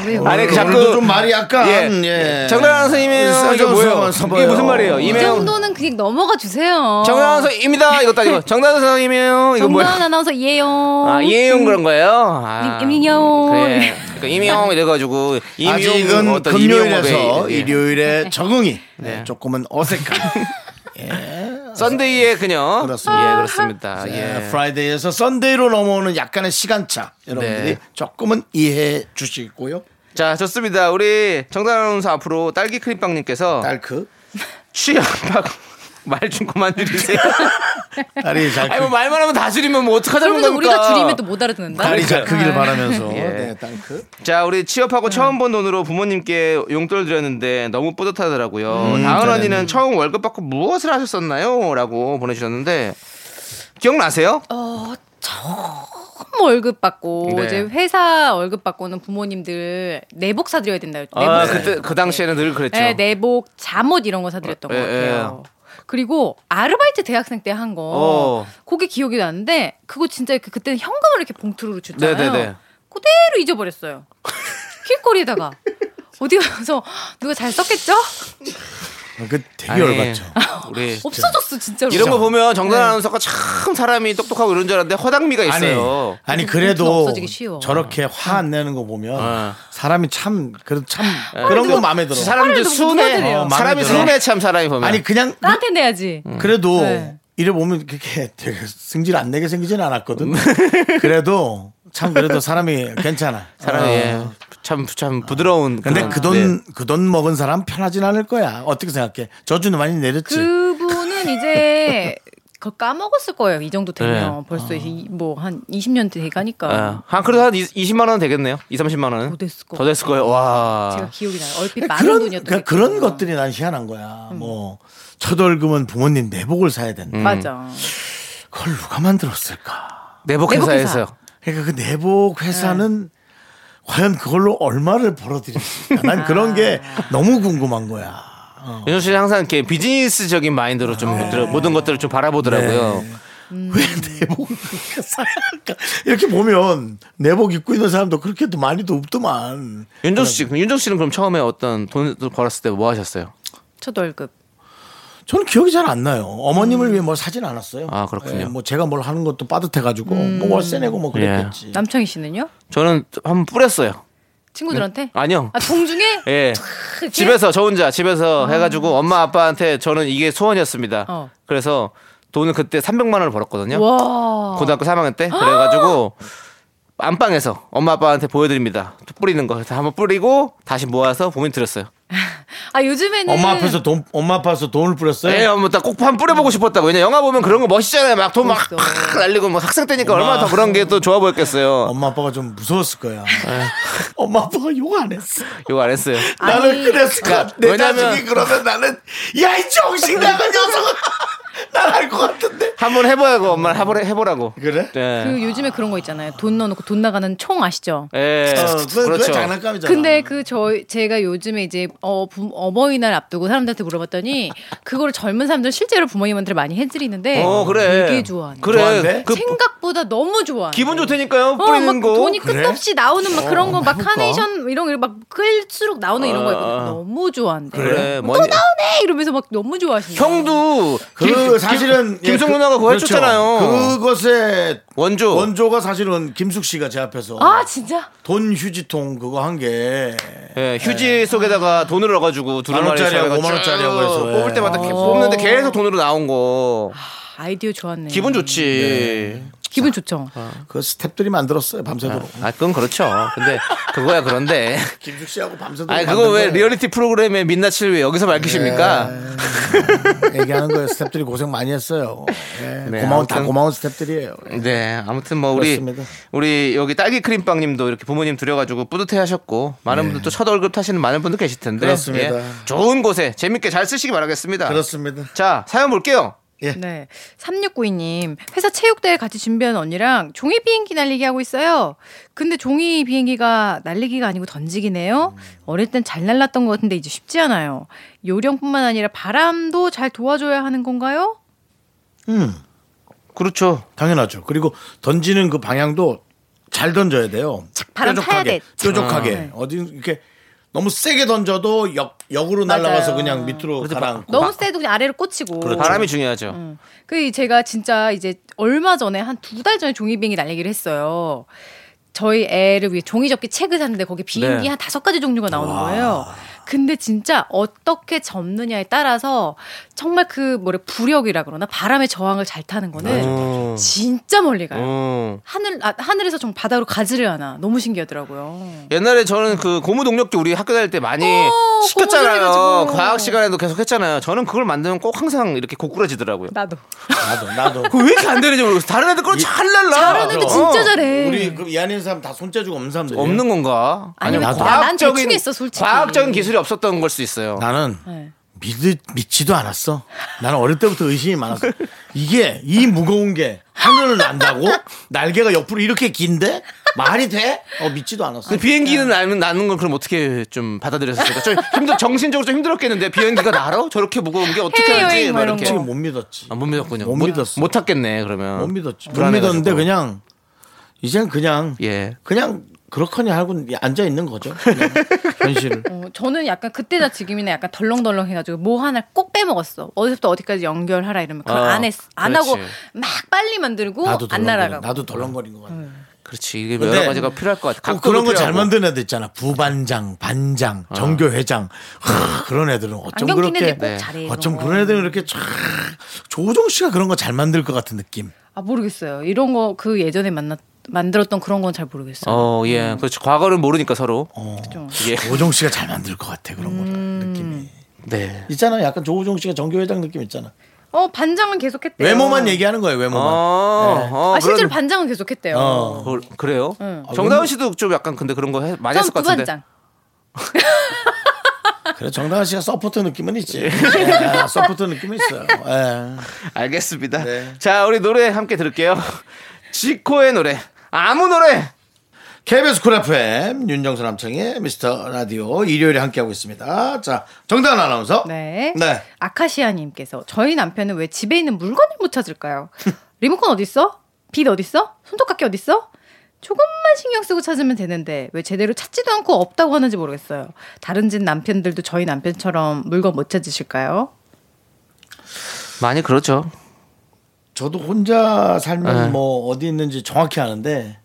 왜 아니, 오늘- 그 자꾸- 오늘도 좀 말이 약간 예, 예. 정다은 아나운서님이에요. 이게 뭐예요? 이게 무슨 말이에요? 이 이메- 정도는 그냥 넘어가 주세요. 정다운서입니다 이것도 아니고 정다운서님이에요 이거 정다은 뭐야 아나운서 예요. 아 이혜용 그런 거예요 아, 임- 임용. 그래 그러니까 임용 이래가지고 임용 아직은 어떤 임용 금요일에서 모델, 예. 일요일에 적응이 네, 조금은 어색한 썬데이의 그녀 그렇습니다. 예 그렇습니다 예. 예. 프라이데이에서 썬데이로 넘어오는 약간의 시간차 여러분들이 네. 조금은 이해해 주시고요. 자 좋습니다 우리 정다은 아나운서 앞으로 딸기 크림빵님께서 딸크 취업하고 말 좀 그만 줄이세요. 딸이 잘 아니 크, 뭐 말만 하면 다 줄이면 뭐 어떡하자는 그러면 겁니까? 우리가 줄이면 또 못 알아듣는다. 딸이 잘 크기를 바라면서 예. 네, 딸크 자 우리 취업하고 네. 처음 번 돈으로 부모님께 용돈을 드렸는데 너무 뿌듯하더라고요. 다은 언니는 처음 월급 받고 무엇을 하셨었나요? 라고 보내주셨는데 기억나세요? 어, 처음 월급 받고 네. 이제 회사 월급 받고는 부모님들 내복 사드려야 된다. 그렇죠. 아, 그때 그 당시에는 늘 그랬죠. 네, 내복, 예, 잠옷 이런 거 사드렸던 예, 것 예. 같아요. 그리고 아르바이트 대학생 때 한 거. 어. 그게 기억이 나는데 그거 진짜 그, 그때는 현금을 이렇게 봉투로 줬잖아요. 네네네. 그대로 잊어버렸어요. 길거리에다가. 어디 가서 누가 잘 썼겠죠? 그 되게 아니, 열받죠. 우리 없어졌어 네. 진짜로. 이런 거 보면 정단 아나운서가 참 사람이 똑똑하고 이런 줄 알았는데 허당미가 아니, 있어요. 아니 봉투 그래도 없어지기 쉬워. 저렇게 화 안 내는 거 보면 어. 아. 사람이 참 그래도 참 그런 거 마음에 들어. 사람들 너무 순해. 누나들이에요. 어, 마음에 사람이 들어. 순해 참 사람이 보면. 아니 그냥 네. 나한테 내야지. 음, 음. 그래도 네. 이래 보면 그렇게 되게 승질 안 내게 생기진 않았거든. 그래도 참 그래도 사람이 괜찮아. 어. 사람이 예, 참, 참 부드러운. 근데 그런, 그 돈 네. 그 돈 먹은 사람 편하진 않을 거야. 어떻게 생각해? 저주는 많이 내렸지. 그분은 이제 그걸 까먹었을 거예요. 이 정도 되면 네. 벌써 어. 뭐 한 20년 돼가니까 예. 한 그래도 한 20만 원 되겠네요. 2, 30만 원은. 아. 더 됐을 거 더 됐을 거예요. 제가 와. 기억이 나요. 얼핏 그러니까 많은 그런 돈이었던 그러니까 게 그런 기억나요. 음. 것들이 난 희한한 거야. 뭐 첫월금은 부모님 내복을 사야 음. 된다. 맞아. 음. 그걸 누가 만들었을까? 내복 내복 회사에서. 그러니까 그 내복 네. 회사는 과연 그걸로 얼마를 벌어들였을까? 난 그런 게 아. 너무 궁금한 거야. 어. 윤정 씨는 항상 이렇게 비즈니스적인 마인드로 좀 아. 들어- 모든 것들을 좀 바라보더라고요. 네. 왜 내복을 그렇게 사야 할까? 이렇게 보면 내복 입고 있는 사람도 그렇게도 많이도 없더만. 윤정 씨, 윤정 씨는 그럼 처음에 어떤 돈 벌었을 때 뭐 하셨어요? 첫 월급. 저는 기억이 잘 안 나요. 어머님을 위해 뭘 사진 않았어요. 아, 그렇군요. 뭐 제가 뭘 하는 것도 빠듯해가지고 뭐 월세 내고 뭐 예. 그랬겠지. 음. 남창희 씨는요? 저는 한번 뿌렸어요. 친구들한테? 아니요. 아 동중에? 예. 이렇게? 네. 아. 집에서 저 혼자 집에서 해가지고 엄마 아빠한테 저는 이게 소원이었습니다. 어. 그래서 돈을 그때 300만 원을 벌었거든요. 와. 고등학교 3학년 때 그래가지고 안방에서 엄마 아빠한테 보여드립니다. 뿌리는 거 그래서 한번 뿌리고 다시 모아서 보민 드렸어요. 아 요즘에는 엄마 앞에서 돈 엄마 아빠서 돈을 뿌렸어요. 예, 엄마 딱꼭한 뿌려보고 싶었다고. 왜냐 영화 보면 그런 거 멋있잖아요. 막 돈 막 날리고 뭐 학생 때니까 얼마나 더 그런 게 또 좋아 보였겠어요. 엄마 아빠가 좀 무서웠을 거야. 예. 엄마 아빠가 욕 안 했어. 이거 안 했어요. 네. 나는 그랬을 것 같아. 그러니까 내 왜냐면- 자식이 그러면 나는 야 이 정신 나간 녀석아 난알 것 같은데. 한번 해보라고 엄마 해보라 해보라고. 그래? 예. 그 요즘에 그런 거 있잖아요. 돈 넣어놓고 돈 나가는 총 아시죠? 예. 어, 그건- 그건 그렇죠. 장난감이잖아. 근데 그 저 제가 요즘에 이제 어 부- 어버이날 앞두고 사람들한테 물어봤더니 그거를 젊은 사람들 실제로 부모님한테 많이 해드리는데 어 그래. 되게 좋아하네. 그래. 좋아한대? 그 생각보다 너무 좋아. 기분 좋다니까요. 어, 뿌리는 막 거. 그러니까. 돈이 끝없이 나오는 막 그런 거 막 해볼까? 카네이션 이런 거막 끌수록 나오는 이런 거 있거든. 너무 좋아한대. 아. 그래. 뭐니- 네 이러면서 막 너무 좋아하신다. 형도 그 김- 사실은 김- 김숙 예, 그- 누나가 그거 그렇죠. 해줬잖아요. 그것의 원조. 원조가 사실은 김숙 씨가 제 앞에서 아 진짜? 돈 휴지통 그거 한 게 예, 휴지 속에다가 돈을 넣어가지고 두루마리 원짜리하고 해가지고 어, 오만 원짜리하고 해서, 예. 뽑을 때마다 개- 뽑는데 계속 돈으로 나온 거 아이디어 좋았네. 기분 아. 좋지. 네. 기분 좋죠. 그 스탭들이 만들었어요 밤새도록. 아 그건 그렇죠. 근데 그거야 그런데. 김숙 씨하고 밤새도록. 아니 그거 만든 왜 거예요. 리얼리티 프로그램의 민낯을 왜 여기서 밝히십니까? 얘기하는 거예요. 스탭들이 고생 많이 했어요. 예, 네, 고마운 다 아무튼- 고마운 스탭들이에요. 예. 네, 아무튼 뭐 우리 그렇습니다. 우리 여기 딸기 크림빵님도 이렇게 부모님 드려가지고 뿌듯해하셨고 많은 분들 또 첫 월급 타시는 많은 분들 계실 텐데 네. 예. 그렇습니다. 좋은 곳에 재밌게 잘 쓰시기 바라겠습니다. 그렇습니다. 자 사연 볼게요. 네. 3692님, 회사 체육대회 같이 준비한 언니랑 종이 비행기 날리기 하고 있어요. 근데 종이 비행기가 날리기가 아니고 던지기네요. 음. 어릴 땐 잘 날랐던 것 같은데 이제 쉽지 않아요. 요령뿐만 아니라 바람도 잘 도와줘야 하는 건가요? 그렇죠. 당연하죠. 그리고 던지는 그 방향도 잘 던져야 돼요. 바람 타야 돼. 뾰족하게. 네. 어디 이렇게 너무 세게 던져도 역 역으로 날아가서 맞아요. 그냥 밑으로 어, 가라앉고. 너무 세도 그냥 아래로 꽂히고. 그렇죠. 바람이 중요하죠. 그 제가 진짜 이제 얼마 전에 한 두 달 전에 종이 비행기 날리기를 했어요. 저희 애를 위해 종이 접기 책을 샀는데 거기 비행기 네. 한 다섯 가지 종류가 나오는 거예요. 근데 진짜 어떻게 접느냐에 따라서 정말 그 뭐래 부력이라 그러나 바람의 저항을 잘 타는 음. 음. 거는 진짜 멀리 가요. 어. 하늘 아, 하늘에서 좀 바다로 가지를 않아. 너무 신기하더라고요. 옛날에 저는 그 고무 동력기 우리 학교 다닐 때 많이 어, 시켰잖아요. 고무줄해가지고. 과학 시간에도 계속 했잖아요. 저는 그걸 만들면 꼭 항상 이렇게 고꾸라지더라고요. 나도. 나도 나도. 그거 왜 이렇게 안 되는지 모르겠어. 다른 애들 그걸 잘 날라. 다른 애들 진짜 어. 잘해. 네. 우리 그 이하는 사람 다 손재주가 없는 사람들. 없는 건가? 아니면 아니면 나- 난 대충 했어, 솔직히. 과학적인 기술이 없었던 걸 수 있어요. 나는 네. 믿, 믿지도 않았어. 나는 어릴 때부터 의심이 많았어. 이게 이 무거운 게 하늘을 난다고? 날개가 옆으로 이렇게 긴데? 말이 돼? 어, 믿지도 않았어. 근데 비행기는 나는 나는 걸 그럼 어떻게 좀 받아들였을까? 좀 힘들 정신적으로 좀 힘들었겠는데 비행기가 날아? 저렇게 무거운 게 어떻게 해외여행 하는지 막 뭐 이런 이렇게 솔직히 못 믿었지. 아, 못 믿었군요. 못 믿었어. 못 탔겠네 그러면. 못 믿었지. 못 불안해가지고. 믿었는데 그냥 이젠 그냥 예. 그냥 그렇거니 하고 앉아 있는 거죠. 그냥 현실을. 어, 저는 약간 그때나 지금이나 약간 덜렁덜렁 해가지고 뭐 하나 꼭 빼먹었어. 어디서부터 어디까지 연결하라 이러면 그걸 아, 안 했, 안 그렇지. 하고 막 빨리 만들고 나도 안 덜렁거리. 날아가고. 나도 덜렁거린 거 같아. 그렇지 이게 근데 뭐 여러 가지가 필요할 것 같아. 꼭 각도도 그런 거 잘 필요하고. 어. 만든 애들 있잖아. 부반장, 반장, 정교 회장. 하, 그런 애들은 어쩜 안경 끼는 그렇게 애들 꼭 잘해. 어쩜 이런 거. 그런 애들은 이렇게 쫙 조종 씨가 그런 거 잘 만들 것 같은 느낌. 아 모르겠어요. 이런 거 그 예전에 만났 만들었던 그런 건 잘 모르겠어요. 어, 예. 그렇죠. 과거를 모르니까 서로. 어. 좀. 예. 조종 씨가 잘 만들 것 같아 그런 음. 거 느낌이. 네. 있잖아. 약간 조종 씨가 정교 회장 느낌 있잖아. 어 반장은 계속했대요. 외모만 얘기하는 거예요. 네. 외모만. 어, 어, 아 그런- 실제로 반장은 계속했대요. 어. 그, 그래요? 응. 아, 음. 정다은 씨도 좀 약간 근데 그런 거 해- 많이 전 했을 것 같은데. 부반장. 그래 정다은 씨가 서포터 느낌은 있지. 예, 서포터 느낌은 있어요. 예. 알겠습니다. 네. 자, 우리 노래 함께 들을게요. 지코의 노래. 아무 노래. KBS 쿨 FM 윤정수 남창의 미스터 라디오 일요일에 함께하고 있습니다. 자 정다은 아나운서. 네. 네. 아카시아님께서 저희 남편은 왜 집에 있는 물건을 못 찾을까요? 리모컨 어디 있어? 빛 어디 있어? 손톱깎이 어디 있어? 조금만 신경 쓰고 찾으면 되는데 왜 제대로 찾지도 않고 없다고 하는지 모르겠어요. 다른 집 남편들도 저희 남편처럼 물건 못 찾으실까요? 많이 그렇죠. 저도 혼자 살면 네. 뭐 어디 있는지 정확히 아는데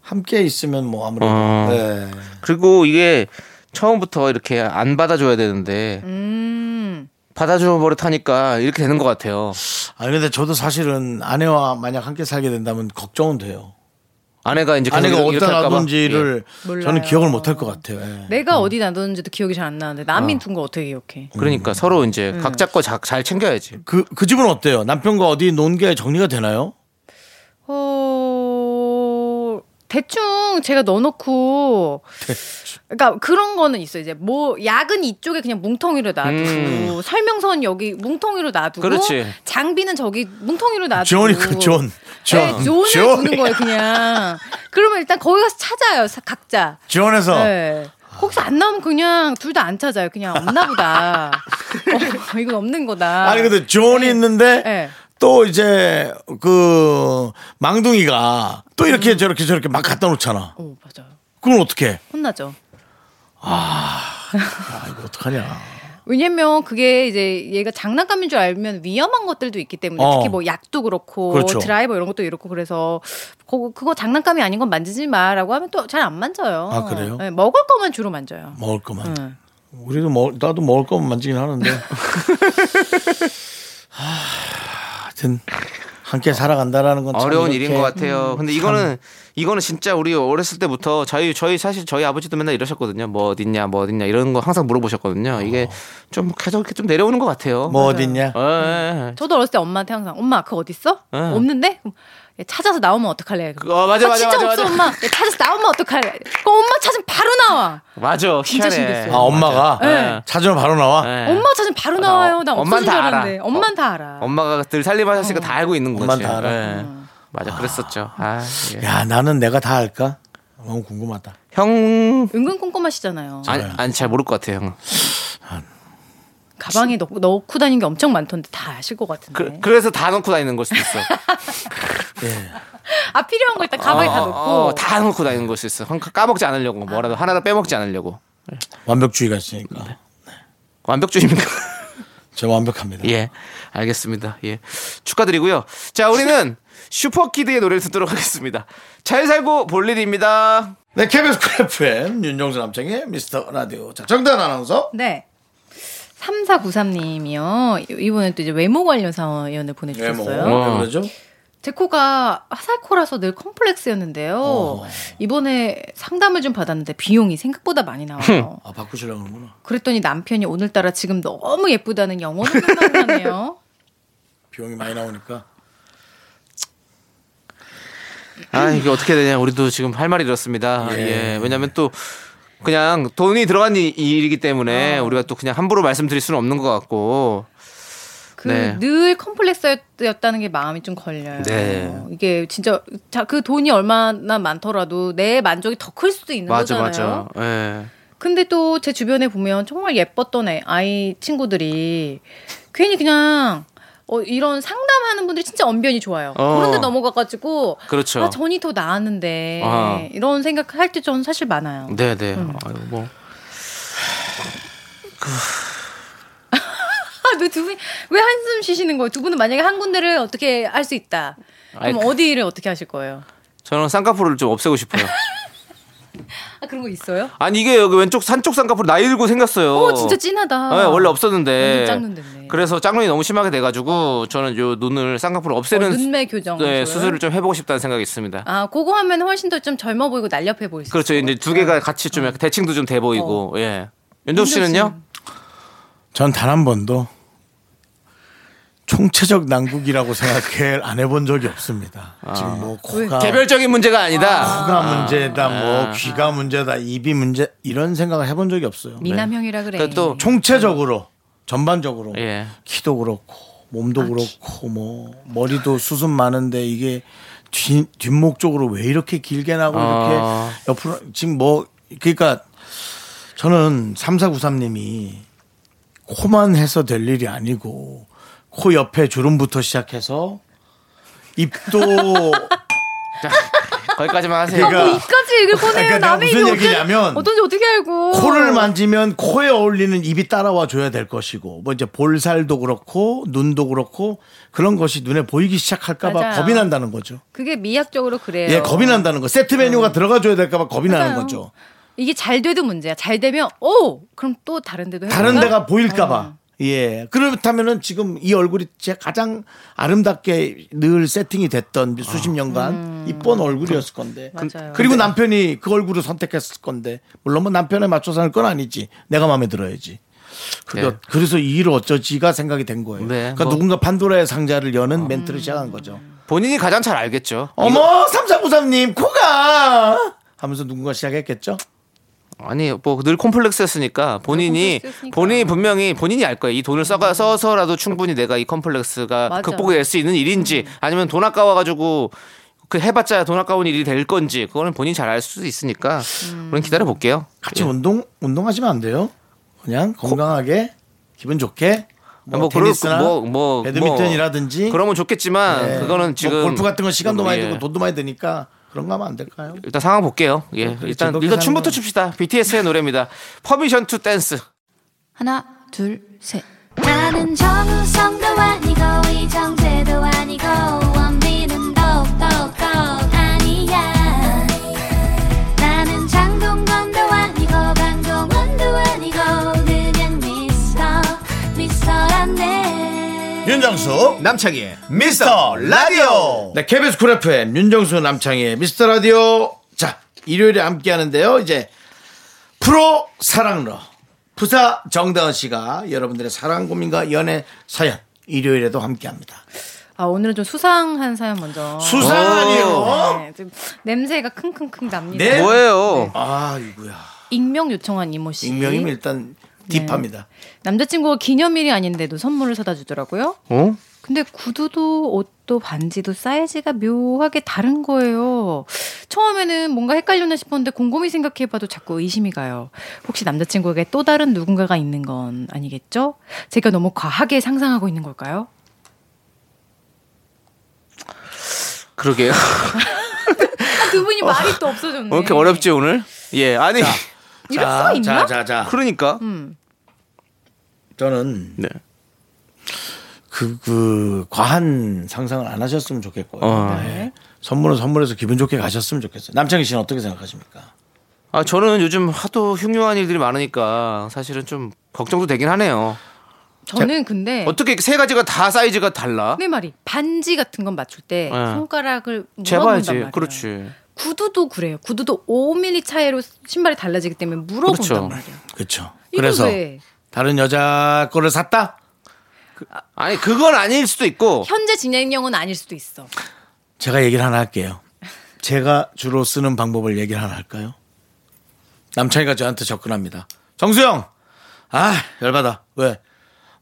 함께 있으면 뭐 아무래도 어. 네. 그리고 이게 처음부터 이렇게 안 받아줘야 되는데 음. 받아줘 버릇하니까 이렇게 되는 것 같아요. 아 근데 저도 사실은 아내와 만약 함께 살게 된다면 걱정은 돼요. 아내가 이제 계속 아내가 이렇게 어디다 할까 봐. 예. 놔둔지를 몰라요. 저는 기억을 못 할 것 같아요. 예. 내가 어디 놔뒀는지도 기억이 잘 안 나는데 남인 둔 거 어떻게 기억해? 예. 음. 그러니까 서로 이제 음. 각자 거 잘 챙겨야지. 그, 그 집은 어때요? 남편과 어디 논 게 정리가 되나요? 어... 대충 제가 넣어놓고 그러니까 그런 거는 있어 요 이제 뭐 약은 이쪽에 그냥 뭉텅이로 놔두고 음. 설명서는 여기 뭉텅이로 놔두고 그렇지. 장비는 저기 뭉텅이로 놔두고 존이 그 존. 네, 존. 존을 존. 두는 거예요 그냥 그러면 일단 거기 가서 찾아요 사- 각자 존에서 네. 거기서 안 나오면 그냥 둘 다 안 찾아요 그냥 없나 보다 어, 이건 없는 거다 아니 근데 존이 있는데 네. 또 이제 그 망둥이가 또 이렇게 저렇게 저렇게 막 갖다 놓잖아. 어, 맞아요 그건 어떻게? 혼나죠 아 이거 어떡하냐. 왜냐면 그게 이제 얘가 장난감인 줄 알면 위험한 것들도 있기 때문에 어. 특히 뭐 약도 그렇고 그렇죠. 드라이버 이런 것도 이렇고 그래서 그거, 그거 장난감이 아닌 건 만지지 마라고 하면 또 잘 안 만져요. 아, 그래요? 네, 먹을 거만 주로 만져요. 먹을 거만. 응. 우리도 먹, 나도 먹을 거만 만지긴 하는데. 하, 하여튼 함께 살아간다라는 건 참 어려운 일인 이렇게 음, 것 같아요. 근데 이거는 이거는 진짜 우리 어렸을 때부터 저희 저희 사실 저희 아버지도 맨날 이러셨거든요. 뭐 어딨냐 뭐 어딨냐 이런 거 항상 물어보셨거든요. 이게 좀 계속 이렇게 좀 내려오는 것 같아요. 뭐 어딨냐? 예, 예, 저도 어렸을 때 엄마한테 항상 엄마 그거 어디 있어? 응. 없는데? 그럼 얘 찾아서 나오면 어떡할래? 예. 네. 어, 맞아 아, 맞아 진짜 맞아 없어 맞아. 엄마. 얘 찾아서 나오면 어떡할래? 그럼 엄마 찾으면 바로 나와. 맞아. 진짜 희한해. 신기했어요. 아 엄마가 네. 찾으면 바로 나와. 예. 엄마 찾으면 바로 나와요. 나 어, 엄만 없어진 줄 다 알아. 알았는데. 엄만 다 알아. 엄마가 늘 살림하셨으니까 어. 다 알고 있는 거지. 엄만 다 알아. 예. 음. 맞아 그랬었죠. 아, 예. 야 나는 내가 다 할까? 너무 궁금하다. 형 은근 꼼꼼하시잖아요. 안안잘 모를 것 같아요. 형은. 가방에 넣, 넣고 다니는 게 엄청 많던데 다 아실 것 같은데. 그, 그래서 다 넣고 다니는 걸 수도 있어. 아 필요한 거 일단 가방에 다 어, 넣고. 어, 어, 다 넣고 다니는 걸 수도 있어. 형 까먹지 않으려고 뭐라도 하나도 빼먹지 않으려고. 완벽주의가 있으니까. 완벽주의입니까? 저 완벽합니다. 예, 알겠습니다. 예, 축하드리고요. 자, 우리는 슈퍼키드의 노래를 듣도록 하겠습니다. 잘 살고 볼 일입니다. 네, KBS 쿨 FM 윤정수 남창의 미스터 라디오. 자, 정단 아나운서. 네. 3493님이요. 이번에 또 이제 외모 관련 사연을 보내주셨어요. 외모. 뭐 그러죠? 제 코가 화살코라서 늘 컴플렉스였는데요. 어. 이번에 상담을 좀 받았는데 비용이 생각보다 많이 나와요. 아 바꾸시려고 그러는구나. 그랬더니 남편이 오늘따라 지금 너무 예쁘다는 영어 논문만 하네요. 비용이 많이 나오니까. 아, 이게 어떻게 되냐. 우리도 지금 할 말이 이렇습니다. 예, 왜냐면 예, 또 그냥 돈이 들어간 이- 일이기 때문에 아. 우리가 또 그냥 함부로 말씀드릴 수는 없는 것 같고 네. 그 늘 컴플렉스였다는 게 마음이 좀 걸려요. 네. 어, 이게 진짜 자, 그 돈이 얼마나 많더라도 내 만족이 더 클 수도 있는 맞아 거잖아요. 맞아. 예. 근데 또 제 주변에 보면 정말 예뻤던 애, 아이 친구들이 괜히 그냥 어, 이런 상담하는 분들이 진짜 언변이 좋아요. 어. 그런데 넘어가가지고 그렇죠. 아 전이 더 나았는데 아. 이런 생각할 때 저는 사실 많아요. 네네. 음. 아유 뭐 아, 아왜두분왜 한숨 쉬시는 거예요? 두 분은 만약에 한 군데를 어떻게 할 수 있다. 그럼 아이, 그- 어디를 어떻게 하실 거예요? 저는 쌍꺼풀을 좀 없애고 싶어요. 아 그런 거 있어요? 아니 이게 여기 왼쪽 산쪽 쌍꺼풀 나이 들고 생겼어요. 어 진짜 찐하다. 네, 원래 없었는데. 완전 짝눈 됐네. 그래서 짝눈이 너무 심하게 돼가지고 저는 요 눈을 쌍꺼풀 없애는 어, 수- 눈매 교정. 네, 그거요? 수술을 좀 해보고 싶다는 생각이 있습니다. 아 그거 하면 훨씬 더 좀 젊어 보이고 날렵해 보일 수. 그렇죠. 있을 것 이제 두 개가 같이 좀 약간 대칭도 좀 돼 보이고. 예. 윤정 네. 어. 윤정 씨는요? 전 단 한 번도 총체적 난국이라고 생각을 안 해본 적이 없습니다. 지금 뭐 코가 개별적인 문제가 아니다. 코가 문제다, 뭐 귀가 문제다, 입이 문제 이런 생각을 해본 적이 없어요. 같아요. 미남형이라 그래. 그러니까 또 총체적으로 전반적으로 예. 키도 그렇고 아, 몸도 그렇고 뭐 머리도 수습 많은데 이게 뒤, 뒷목 쪽으로 왜 이렇게 길게 나고 아. 이렇게 옆으로 지금 뭐 그러니까 저는 3493님이 코만 해서 될 일이 아니고 코 옆에 주름부터 시작해서 입도 거기까지만 하세요. 그러니까 입까지 얘기를 꺼내요. 그러니까 내가 남의 무슨 입이 얘기냐면 어떤, 지 어떻게 알고. 코를 만지면 코에 어울리는 입이 따라와 줘야 될 것이고 뭐 이제 볼살도 그렇고 눈도 그렇고 그런 것이 눈에 보이기 시작할까 봐 맞아요. 겁이 난다는 거죠. 그게 미학적으로 그래요. 음. 예, 겁이 난다는 거. 세트 메뉴가 들어가 줘야 될까 봐 겁이 나는 맞아요. 거죠. 이게 잘 돼도 문제야. 잘 되면 오 그럼 또 다른 데도 해볼까? 다른 데가 보일까 음. 봐. 예. 그렇다면은 지금 이 얼굴이 제 가장 아름답게 늘 세팅이 됐던 수십 년간 이쁜 얼굴이었을 건데. 아. 음. 맞아요. 그리고 남편이 그 얼굴을 선택했을 건데. 물론 뭐 남편에 맞춰서 할 건 아니지. 내가 마음에 들어야지. 그래서, 네. 그래서 이 일을 어쩌지가 생각이 된 거예요. 네, 그러니까 뭐. 누군가 판도라의 상자를 음. 여는 멘트를 시작한 거죠. 본인이 가장 잘 알겠죠. 어머, 삼사구삼님 코가 하면서 누군가 시작했겠죠? 아니 뭐 늘 콤플렉스였으니까 본인이 콤플렉스였으니까. 음. 본인이 분명히 본인이 알 거예요. 이 돈을 써가 써서라도 충분히 내가 이 콤플렉스가 맞아. 음. 극복될 수 있는 일인지 아니면 돈 아까워 가지고 그 해봤자 돈 아까운 일이 될 건지 그거는 본인 이 잘 알 수도 있으니까 음. 우리는 기다려 볼게요. 예. 같이 뭐 운동 운동하시면 안 돼요. 그냥 건강하게 기분 좋게 뭐, 테니스나 배드민턴이라든지 뭐 그러면 좋겠지만 예, 그거는 뭐 지금 골프 같은 건 시간도 많이 예. 들고 돈도 많이 드니까 그런 거 하면 안 될까요? 일단 상황 볼게요. 예, 일단 그렇죠. 즐겁게 일단 사는 춤부터 건- 춥시다. BTS의 노래입니다. 퍼미션 투 댄스. 하나, 둘, 셋. 나는 정우성도 아니고 이정재도 아니고 원빈은 더욱더 아니야 나는 장동건도 아니고 강동원도 아니고 그냥 미스터 미스터란데 윤정수 남창희 미스터 라디오. 네, KBS 쿨 FM 윤정수 남창희 미스터 라디오. 자, 일요일에 함께 하는데요. 이제 프로 사랑러 부사 정다은 씨가 여러분들의 사랑 고민과 연애 사연 일요일에도 함께 합니다. 아 오늘은 좀 수상한 사연 먼저. 수상이요. 네, 좀 냄새가 킁킁킁 납니다. 네. 뭐예요? 아이고야. 익명 요청한 이모 씨. 익명이면 일단 딥합니다. 남자친구가 기념일이 아닌데도 선물을 사다 주더라고요. 어? 근데 구두도 옷도 반지도 사이즈가 묘하게 다른 거예요. 처음에는 뭔가 헷갈렸나 싶었는데 곰곰이 생각해봐도 자꾸 의심이 가요. 혹시 남자친구에게 또 다른 누군가가 있는 건 아니겠죠? 제가 너무 과하게 상상하고 있는 걸까요? 그러게요. 아, 두 분이 말이 또 없어졌네. 왜 이렇게 어렵지 오늘? 예, 아니 이럴 수가 있나? 자, 음. 자, 자. 그러니까. 저는 네. 그, 그, 과한 상상을 안 하셨으면 좋겠고요. 어. 네. 선물은 선물해서 기분 좋게 가셨으면 좋겠어요. 남창희 씨는 어떻게 생각하십니까? 아 저는 요즘 하도 흉흉한 일들이 많으니까 사실은 좀 걱정도 되긴 하네요. 저는 근데 어떻게 세 가지가 다 사이즈가 달라? 내 말이 반지 같은 건 맞출 때 네. 손가락을 물어본단 재봐야지. 말이에요. 그렇지. 구두도 그래요. 구두도 5mm 차이로 신발이 달라지기 때문에 물어본단 그렇죠. 말이에요. 그렇죠. 이거 그래서 왜? 다른 여자 거를 샀다? 아니 그건 아닐 수도 있고. 현재 진행형은 아닐 수도 있어. 제가 얘기를 하나 할게요. 제가 주로 쓰는 방법을 얘기를 하나 할까요? 남창이가 저한테 접근합니다. 정수영, 아 열받아. 왜?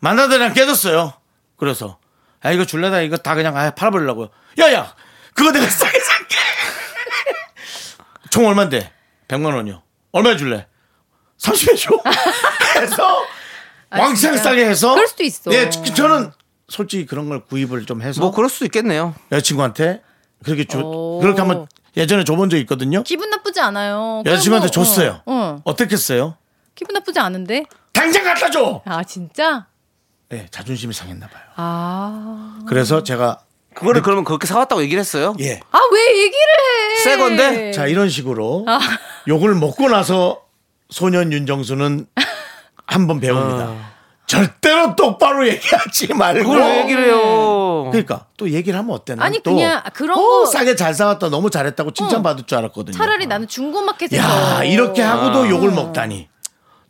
만나다랑 깨졌어요. 그래서 아 이거 줄래다 이거 다 그냥 아 팔아버리려고요. 야야, 그거 내가 싸게 살게. 총 얼마인데? 100만 원이요. 얼마에 줄래? 30에 줘. 해서 왕창 아, 진짜? 싸게 해서. 그럴 수도 있어. 예, 저- 저는 솔직히 그런 걸 구입을 좀 해서 뭐 그럴 수도 있겠네요. 여자친구한테 그렇게 줘 오. 그렇게 한번 예전에 줘본 적 있거든요. 기분 나쁘지 않아요. 그냥 여자친구한테 뭐, 줬어요. 어, 어. 어떻겠어요? 기분 나쁘지 않은데. 당장 갖다 줘. 아 진짜? 네, 자존심이 상했나 봐요. 아. 그래서 제가 그거를 그러면 그렇게 사왔다고 얘기를 했어요. 네. 예, 아 왜 얘기를 해? 새 네. 건데? 자 이런 식으로 아. 욕을 먹고 나서 소년 윤정수는 한번 배웁니다. 어. 절대로 똑바로 얘기하지 말고. 그걸 왜 얘기를 해요? 그러니까 또 얘기를 하면 어때? 난 아니, 또 그냥 그런 어, 거- 싸게 잘 사왔다, 너무 잘했다고 칭찬 받을 줄 알았거든요. 차라리 나는 중고마켓에서. 야 이렇게 하고도 욕을 먹다니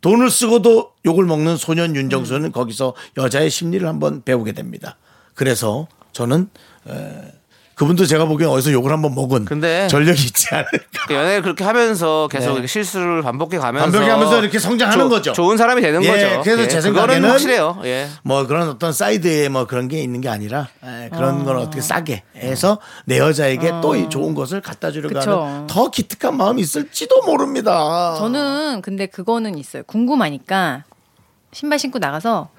돈을 쓰고도 욕을 먹는 소년 윤정수는 거기서 여자의 심리를 한번 배우게 됩니다 그래서 저는 에, 그분도 제가 보기엔 어디서 욕을 한번 먹은 근데- 전력이 있지 않을까 그러니까 연애를 그렇게 하면서 계속 네. 이렇게 실수를 반복해 가면서 반복해 가면서 이렇게 성장하는 거죠. 좋은 사람이 되는 예, 거죠. 그래서 제 그거는 생각에는 확실해요. 예. 뭐 그런 어떤 사이드에 뭐 그런 게 있는 게 아니라 에, 그런 걸 어떻게 싸게 해서 내 여자에게 또이 좋은 것을 갖다 주려고 그쵸. 하는 더 기특한 마음이 있을지도 모릅니다 저는 근데 그거는 있어요. 궁금하니까 신발 신고 나가서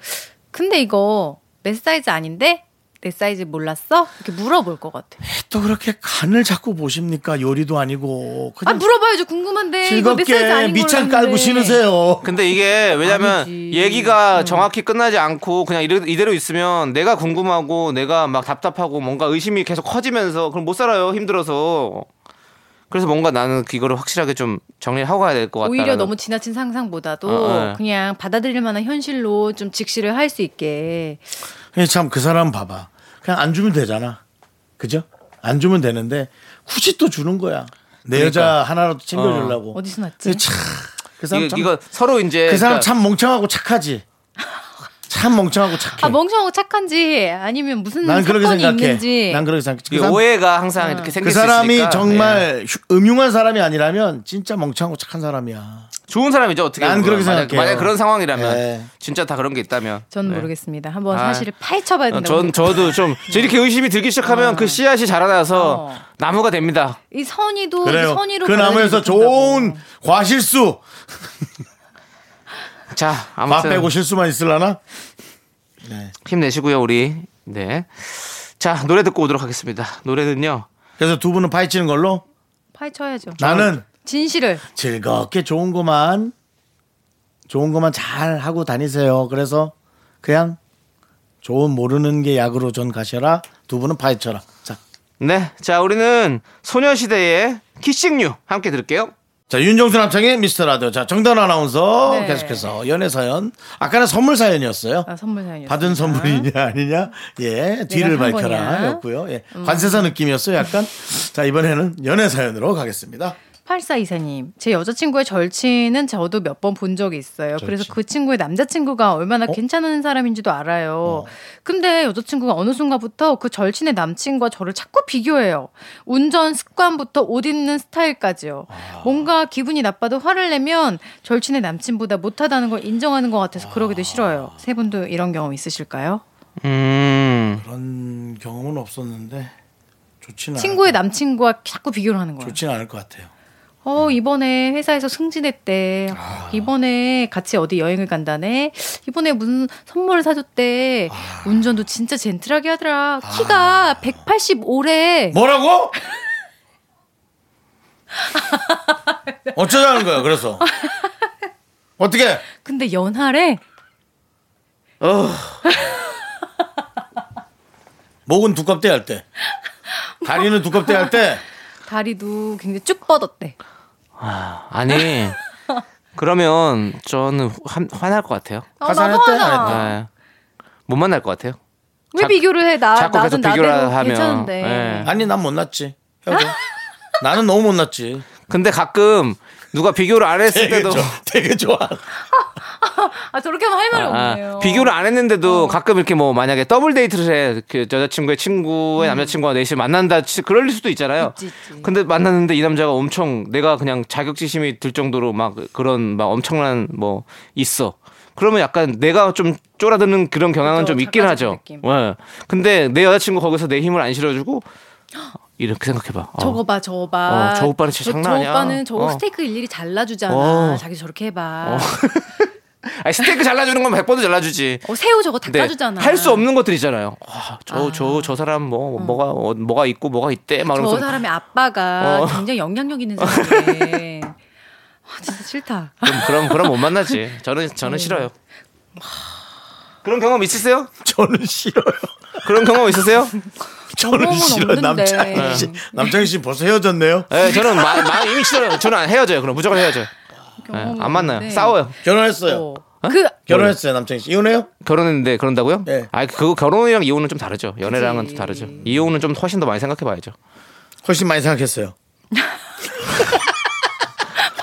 근데 이거 내 사이즈 아닌데 내 사이즈 몰랐어? 이렇게 물어볼 것 같아. 또 그렇게 간을 자꾸 보십니까 요리도 아니고 아 그냥 물어봐야죠. 궁금한데 네, 이거 내 사이즈 즐겁게 아닌 걸로 밑창 깔고 알았는데. 신으세요. 근데 이게 왜냐면 아니지. 얘기가 정확히 끝나지 않고 그냥 이래- 이대로 있으면 내가 궁금하고 내가 막 답답하고 뭔가 의심이 계속 커지면서 그럼 못 살아요 힘들어서 그래서 뭔가 나는 이거를 확실하게 좀 정리를 하고 가야 될 것 같다 오히려 너무 지나친 상상보다도 어, 네. 그냥 받아들일 만한 현실로 좀 직시를 할 수 있게 참 그 사람 봐봐. 그냥 안 주면 되잖아. 그죠? 안 주면 되는데 굳이 또 주는 거야. 내 그러니까. 여자 하나라도 챙겨주려고. 어디서 났지? 근데 참, 그 사람 이거, 참, 이거 서로 이제 그 사람 그러니까 참 멍청하고 착하지. 참 멍청하고 착해. 아 멍청하고 착한지 아니면 무슨 난 그렇게 사건이 생각해. 있는지 난 그렇게 생각해. 그, 이게 사람, 오해가 항상 이렇게 그 생길 수 사람이 있으니까 예. 정말 휴- 음흉한 사람이 아니라면 진짜 멍청하고 착한 사람이야. 좋은 사람이죠 어떻게 난 보면. 그렇게 만약- 생각해요. 만약 그런 상황이라면 예. 진짜 다 그런 게 있다면 전 네. 모르겠습니다. 한번 아. 사실을 파헤쳐봐야 어, 된다고. 전 저도 좀 네. 이렇게 의심이 들기 어. 시작하면 그 씨앗이 자라나서 어. 나무가 됩니다. 이 선의도 이 그래요. 선의로 그 나무에서 받아들이지 못한다고. 좋은 과실수 자, 맛 아무튼 빼고 실수만 있으려나? 힘내시고요, 우리. 네. 자, 노래 듣고 오도록 하겠습니다. 노래는요. 그래서 두 분은 파헤치는 걸로 파헤쳐야죠. 나는 진실을 즐겁게 좋은 것만 좋은 것만 잘 하고 다니세요. 그래서 그냥 좋은 모르는 게 약으로 전 가셔라. 두 분은 파헤쳐라. 자, 네. 자, 우리는 소녀시대의 키싱류 함께 들을게요. 자 윤정수 남창의 미스터 라디오. 자 정단 아나운서 네. 계속해서 연애 사연. 아까는 선물 사연이었어요. 아, 선물 사연이었습니다. 받은 선물이냐 아니냐 예 뒤를 한 음. 밝혀라 거냐? 였고요 예 관세사 느낌이었어요 약간 자 이번에는 연애 사연으로 가겠습니다 8424님, 제 여자친구의 절친은 저도 몇 번 본 적이 있어요. 그래서 그 친구의 어? 남자친구가 얼마나 괜찮은 사람인지도 알아요. 근데 여자친구가 어느 순간부터 그 절친의 남친과 저를 자꾸 비교해요. 운전 습관부터 옷 입는 스타일까지요. 뭔가 기분이 나빠도 화를 내면 절친의 남친보다 못하다는 걸 인정하는 것 같아서 그러기도 싫어요. 세 분도 이런 경험 있으실까요? 음. 그런 경험은 없었는데 좋지는 친구의 남친과 자꾸 비교를 하는 거예요. 좋지는 않을 것 같아요. 어, 이번에 회사에서 승진했대. 아. 이번에 같이 어디 여행을 간다네. 이번에 무슨 선물을 사줬대. 아. 운전도 진짜 젠틀하게 하더라. 키가 185래. 뭐라고? 어쩌자는 거야? 그래서 어떻게? 근데 연하래. 목은 두껍대 할 때, 다리는 두껍대 할 때, 다리도 굉장히 쭉 뻗었대. 아니. 그러면 저는 환, 화날 것 같아요. 어, 가산했대? 나도 하나. 네. 못 만날 것 같아요. 왜 자- 비교를 해? 나, 자꾸 계속 나는 나대로 비교를 하면. 괜찮은데. 예. 아니 난 못났지. 헤어져. 나는 너무 못났지. 근데 가끔 누가 비교를 안 했을 되게 때도 좋아. 되게 좋아. 아 저렇게 하면 할 말이 아, 없네요. 어. 비교를 안 했는데도 가끔 이렇게 뭐 만약에 더블 데이트를 해. 그 여자친구의 친구의 남자친구와 넷이 만난다. 치- 그럴 수도 있잖아요. 음. 있지, 있지. 근데 만났는데 이 남자가 엄청 내가 그냥 자격지심이 들 정도로 막 그런 막 엄청난 뭐 있어. 그러면 약간 내가 좀 쫄아드는 그런 경향은 그죠, 좀 있긴 작가적인 하죠. 느낌. 예. 근데 내 여자친구 거기서 내 힘을 안 실어주고 이렇게 생각해봐. 어. 저거 봐, 저거 봐. 어, 저 오빠는 진짜 저- 장난 아니야. 저 오빠는 저거 어. 스테이크 일일이 잘라주잖아. 어. 자기 저렇게 해봐. 아니, 스테이크 잘라주는 건 100번도 잘라주지. 어, 새우 저거 네. 닦아주잖아. 할 수 없는 것들 있잖아요. 저저 저 사람 뭐 뭐가 어, 뭐가 있고 뭐가 있대 막 저 이러면서 사람의 아빠가 아, 어. 굉장히 영향력 있는 사람이네. 와, 진짜 싫다. 그럼 그럼 그럼 못 만나지. 저는 저는 네. 싫어요. 그런 경험 있으세요? 저는 싫어요. 그런 경험 있으세요? 저는 경험은 싫어요. 없는데. 네. 남창희 씨. 남창희 씨 벌써 헤어졌네요. 예, 저는 마, 마, 이미 싫어요. 저는 안 헤어져요. 그럼 무조건 헤어져요. 예, 안 만나요. 경험인데. 싸워요. 결혼했어요. 어. 그 결혼했어요, 남창희 씨. 이혼해요? 결혼했는데 그런다고요? 예. 아, 그거 결혼이랑 이혼은 좀 다르죠. 연애랑은 그치. 좀 다르죠. 이혼은 좀 훨씬 더 많이 생각해 봐야죠. 훨씬 많이 생각했어요.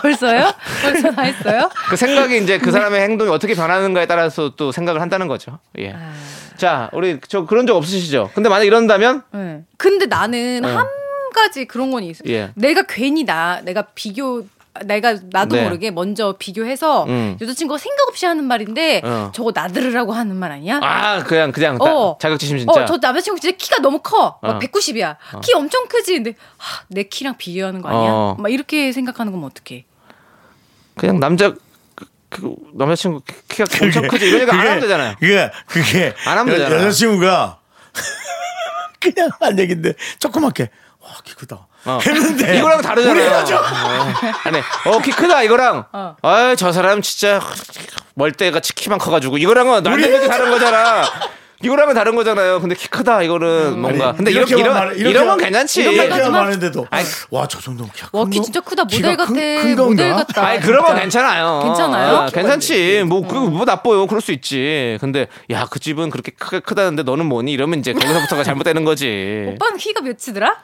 벌써요? 벌써 다 했어요? 그 생각이 이제 그 사람의 행동이 어떻게 변하는가에 따라서 또 생각을 한다는 거죠. 예. 아. 자, 우리 저 그런 적 없으시죠? 근데 만약 이런다면 네. 근데 나는 한 가지 그런 건 있어. 어. 예. 내가 괜히 나 내가 비교 내가 나도 네. 모르게 먼저 비교해서 음. 여자친구가 생각 없이 하는 말인데 어. 저거 나들으라고 하는 말 아니야? 아 그냥 그냥 다- 어. 자격지심 진짜. 어, 저 남자친구 진짜 키가 너무 커. 막 어. 190이야. 키 엄청 크지. 근데 하, 내 키랑 비교하는 거 아니야? 어. 막 이렇게 생각하는 거면 어떡해. 그냥 남자 그, 그 남자친구 키- 키가 엄청 크지 이런 얘기 안 하면 되잖아요. 그게 그게 안 하면 여- 되잖아요. 여자친구가 그냥 한 얘긴데 조그맣게 와 기쁘다 어. 했는데 이거랑 다르잖아요. 네. 우리 헤어져. 어. 아니, 어, 키 크다, 이거랑. 어. 아유, 저 사람 진짜 멀대가 키만 커가지고. 이거랑은 완전히 다른 거잖아. 이거랑은 다른 거잖아요. 근데 키 크다, 이거는 뭔가. 근데 이런, 음. 이렇게만 이런, 말해- 이렇게 이런 건 말- 괜찮지. 이렇게만 하지만- 말했는데도 아니. 와 저 정도면 키가 와, 큰 키 거? 진짜 크다. 키가 모델 같아. 큰- 큰 건가? 모델 같다. 아니 그러면 진짜. 괜찮아요. 괜찮아요? 네. 어. 아, 괜찮지. 뭐 그거 뭐 나빠요. 그럴 수 있지. 근데 야 그 집은 그렇게 크, 크다는데 너는 뭐니? 이러면 이제 거기서부터가 잘못되는 거지. 오빠는 키가 몇이더라?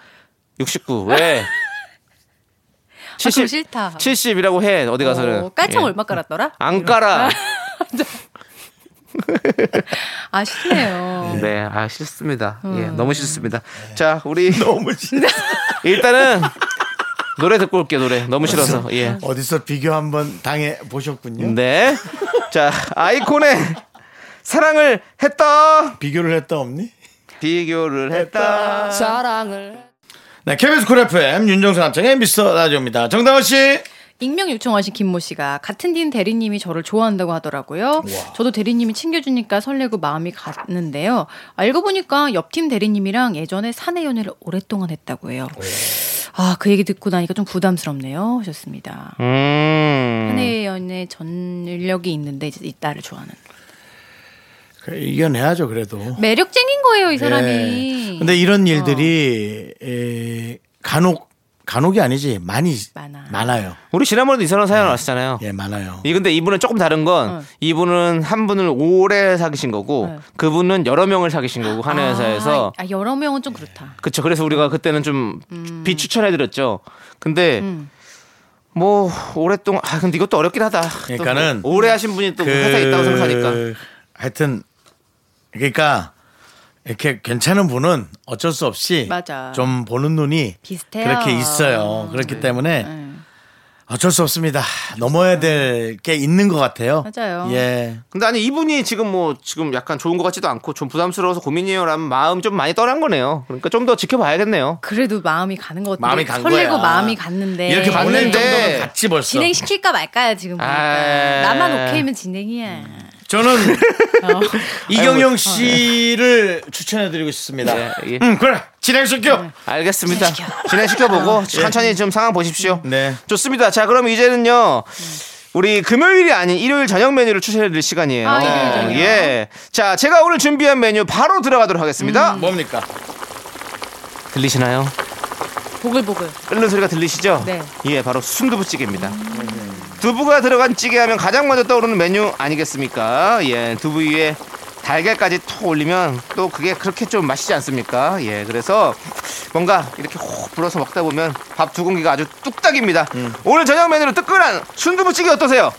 69 왜? 아, 그거 싫다. 70이라고 해 어디 가서는. 어, 깔창 예. 얼마 깔았더라? 안 이런. 깔아. 아, 싫네요. 네, 아 싫습니다. 음. 예, 너무 싫습니다. 자, 우리 너무 진짜 일단은 노래 듣고 올게 요 노래. 너무 싫어서. 예. 어디서 비교 한번 당해 보셨군요 네. 자, 아이콘의 사랑을 했다. 비교를 했다 없니? 비교를 했다. 사랑을 네 KBS 쿨 FM 윤정수 남창의 미스터 라디오입니다 정다은 씨 익명 요청하신 김모 씨가 같은 딘 대리님이 저를 좋아한다고 하더라고요. 저도 대리님이 챙겨주니까 설레고 마음이 갔는데요. 알고 보니까 옆팀 대리님이랑 예전에 사내 연애를 오랫동안 했다고 해요. 아, 그 얘기 듣고 나니까 좀 부담스럽네요. 하셨습니다. 음. 사내 연애 전력이 있는데 이제 이 딸을 좋아하는. 그래, 이겨내야죠 그래도 매력쟁인 거예요, 이 어. 사람이. 예. 근데 이런 일들이 에, 간혹 간혹이 아니지 많이 많아. 많아요 우리 지난번에도 이상한 사연 왔었잖아요. 네. 예 많아요 이 근데 이분은 조금 다른 건 이분은 한 분을 오래 사귀신 거고 네. 그분은 여러 명을 사귀신 거고 한 회사에서 아, 아, 여러 명은 좀 그렇다. 그쵸 그래서 우리가 그때는 좀 음. 비추천해 드렸죠. 근데 뭐 오랫동안 아 근데 이것도 어렵긴 하다. 또 그러니까는 뭐 오래 하신 분이 또 그- 회사에 있다고 생각하니까 하여튼 그러니까 이렇게 괜찮은 분은 어쩔 수 없이 맞아. 좀 보는 눈이 비슷해요. 네. 그렇게 있어요. 그렇기 때문에 어쩔 수 없습니다. 넘어야 될 게 있는 것 같아요. 맞아요. 예. 근데 아니 이분이 지금 뭐 지금 약간 좋은 것 같지도 않고 좀 부담스러워서 고민이에요라는 마음 좀 많이 떠난 거네요. 그러니까 좀 더 지켜봐야겠네요. 그래도 마음이 가는 것 같아. 마음이 간 설레고 거야. 마음이 갔는데. 이렇게 봤는데 보낼 정도면 같이 벌써. 진행시킬까 말까야 지금 보니까 아. 나만 오케이면 진행이야. 저는 어. 이경영 씨를 추천해드리고 싶습니다. 네, 예. 음, 그래. 진행시켜. 알겠습니다. 진행시켜보고 천천히 좀 상황 보십시오. 네. 좋습니다. 자, 그럼 이제는요. 우리 금요일이 아닌 일요일 저녁 메뉴를 추천해드릴 시간이에요. 아, 일요일 저녁. 예. 자, 제가 오늘 준비한 메뉴 바로 들어가도록 하겠습니다. 네. 뭡니까? 들리시나요? 보글보글. 끓는 소리가 들리시죠? 네. 음. 예, 바로 순두부찌개입니다. 두부가 들어간 찌개 하면 가장 먼저 떠오르는 메뉴 아니겠습니까? 예, 두부 위에 달걀까지 톡 올리면 또 그게 그렇게 좀 맛있지 않습니까? 예, 그래서 뭔가 이렇게 호 불어서 먹다 보면 음. 밥 두 공기가 아주 뚝딱입니다. 오늘 저녁 메뉴로 뜨끈한 순두부찌개 어떠세요?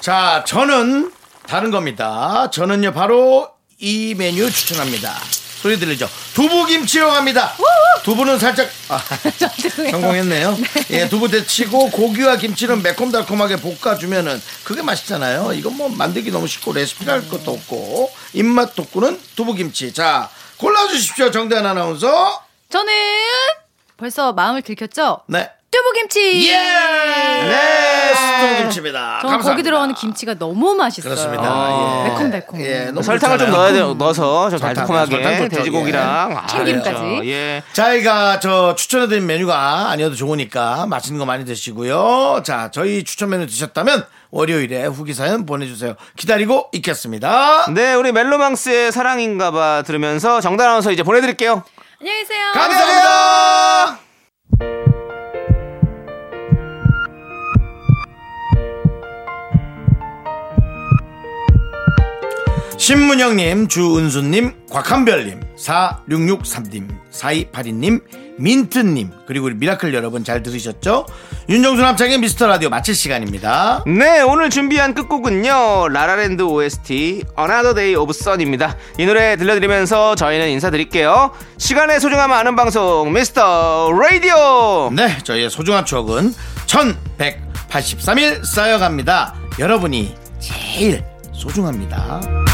자, 저는 다른 겁니다. 저는요, 바로 이 메뉴 추천합니다. 소리 들리죠? 두부김치로 갑니다. 두부는 살짝, 아, 성공했네요. 예, 두부 데치고 고기와 김치는 매콤달콤하게 볶아주면은 그게 맛있잖아요. 이건 뭐 만들기 너무 쉽고 레시피랄 것도 없고 입맛 돋구는 두부김치. 자, 골라주십시오. 정대한 아나운서. 저는 벌써 마음을 들켰죠? 네. 뚜부김치. 네, 수동김치입니다. 저는 거기 들어가는 김치가 너무 맛있어요. 그렇습니다. 아. 예. 매콤달콤. 예, 너무 설탕을 좀 좋잖아요. 넣어야 돼요. 넣어서 좀 설탕, 설탕 달콤하게 넣죠, 돼지고기랑 아, 참기름까지. 그렇죠. 예. 저희가 저 추천해드린 메뉴가 아니어도 좋으니까 맛있는 거 많이 드시고요. 자, 저희 추천 메뉴 드셨다면 월요일에 후기 사연 보내주세요. 기다리고 있겠습니다. 네, 우리 멜로망스의 사랑인가봐 들으면서 정답 아나운서 이제 보내드릴게요. 안녕히 계세요. 감사합니다. 신문영님, 주은수님, 곽한별님, 4663님, 4282님, 민트님, 그리고 우리 미라클 여러분 잘 들으셨죠? 윤정수 남창의 미스터 라디오 마칠 시간입니다. 네, 오늘 준비한 끝곡은요. 라라랜드 OST Another Day of Sun입니다. 이 노래 들려드리면서 저희는 인사드릴게요. 시간의 소중함 아는 방송 미스터 라디오. 네, 저희의 소중한 추억은 1183일 쌓여갑니다. 여러분이 제일 소중합니다.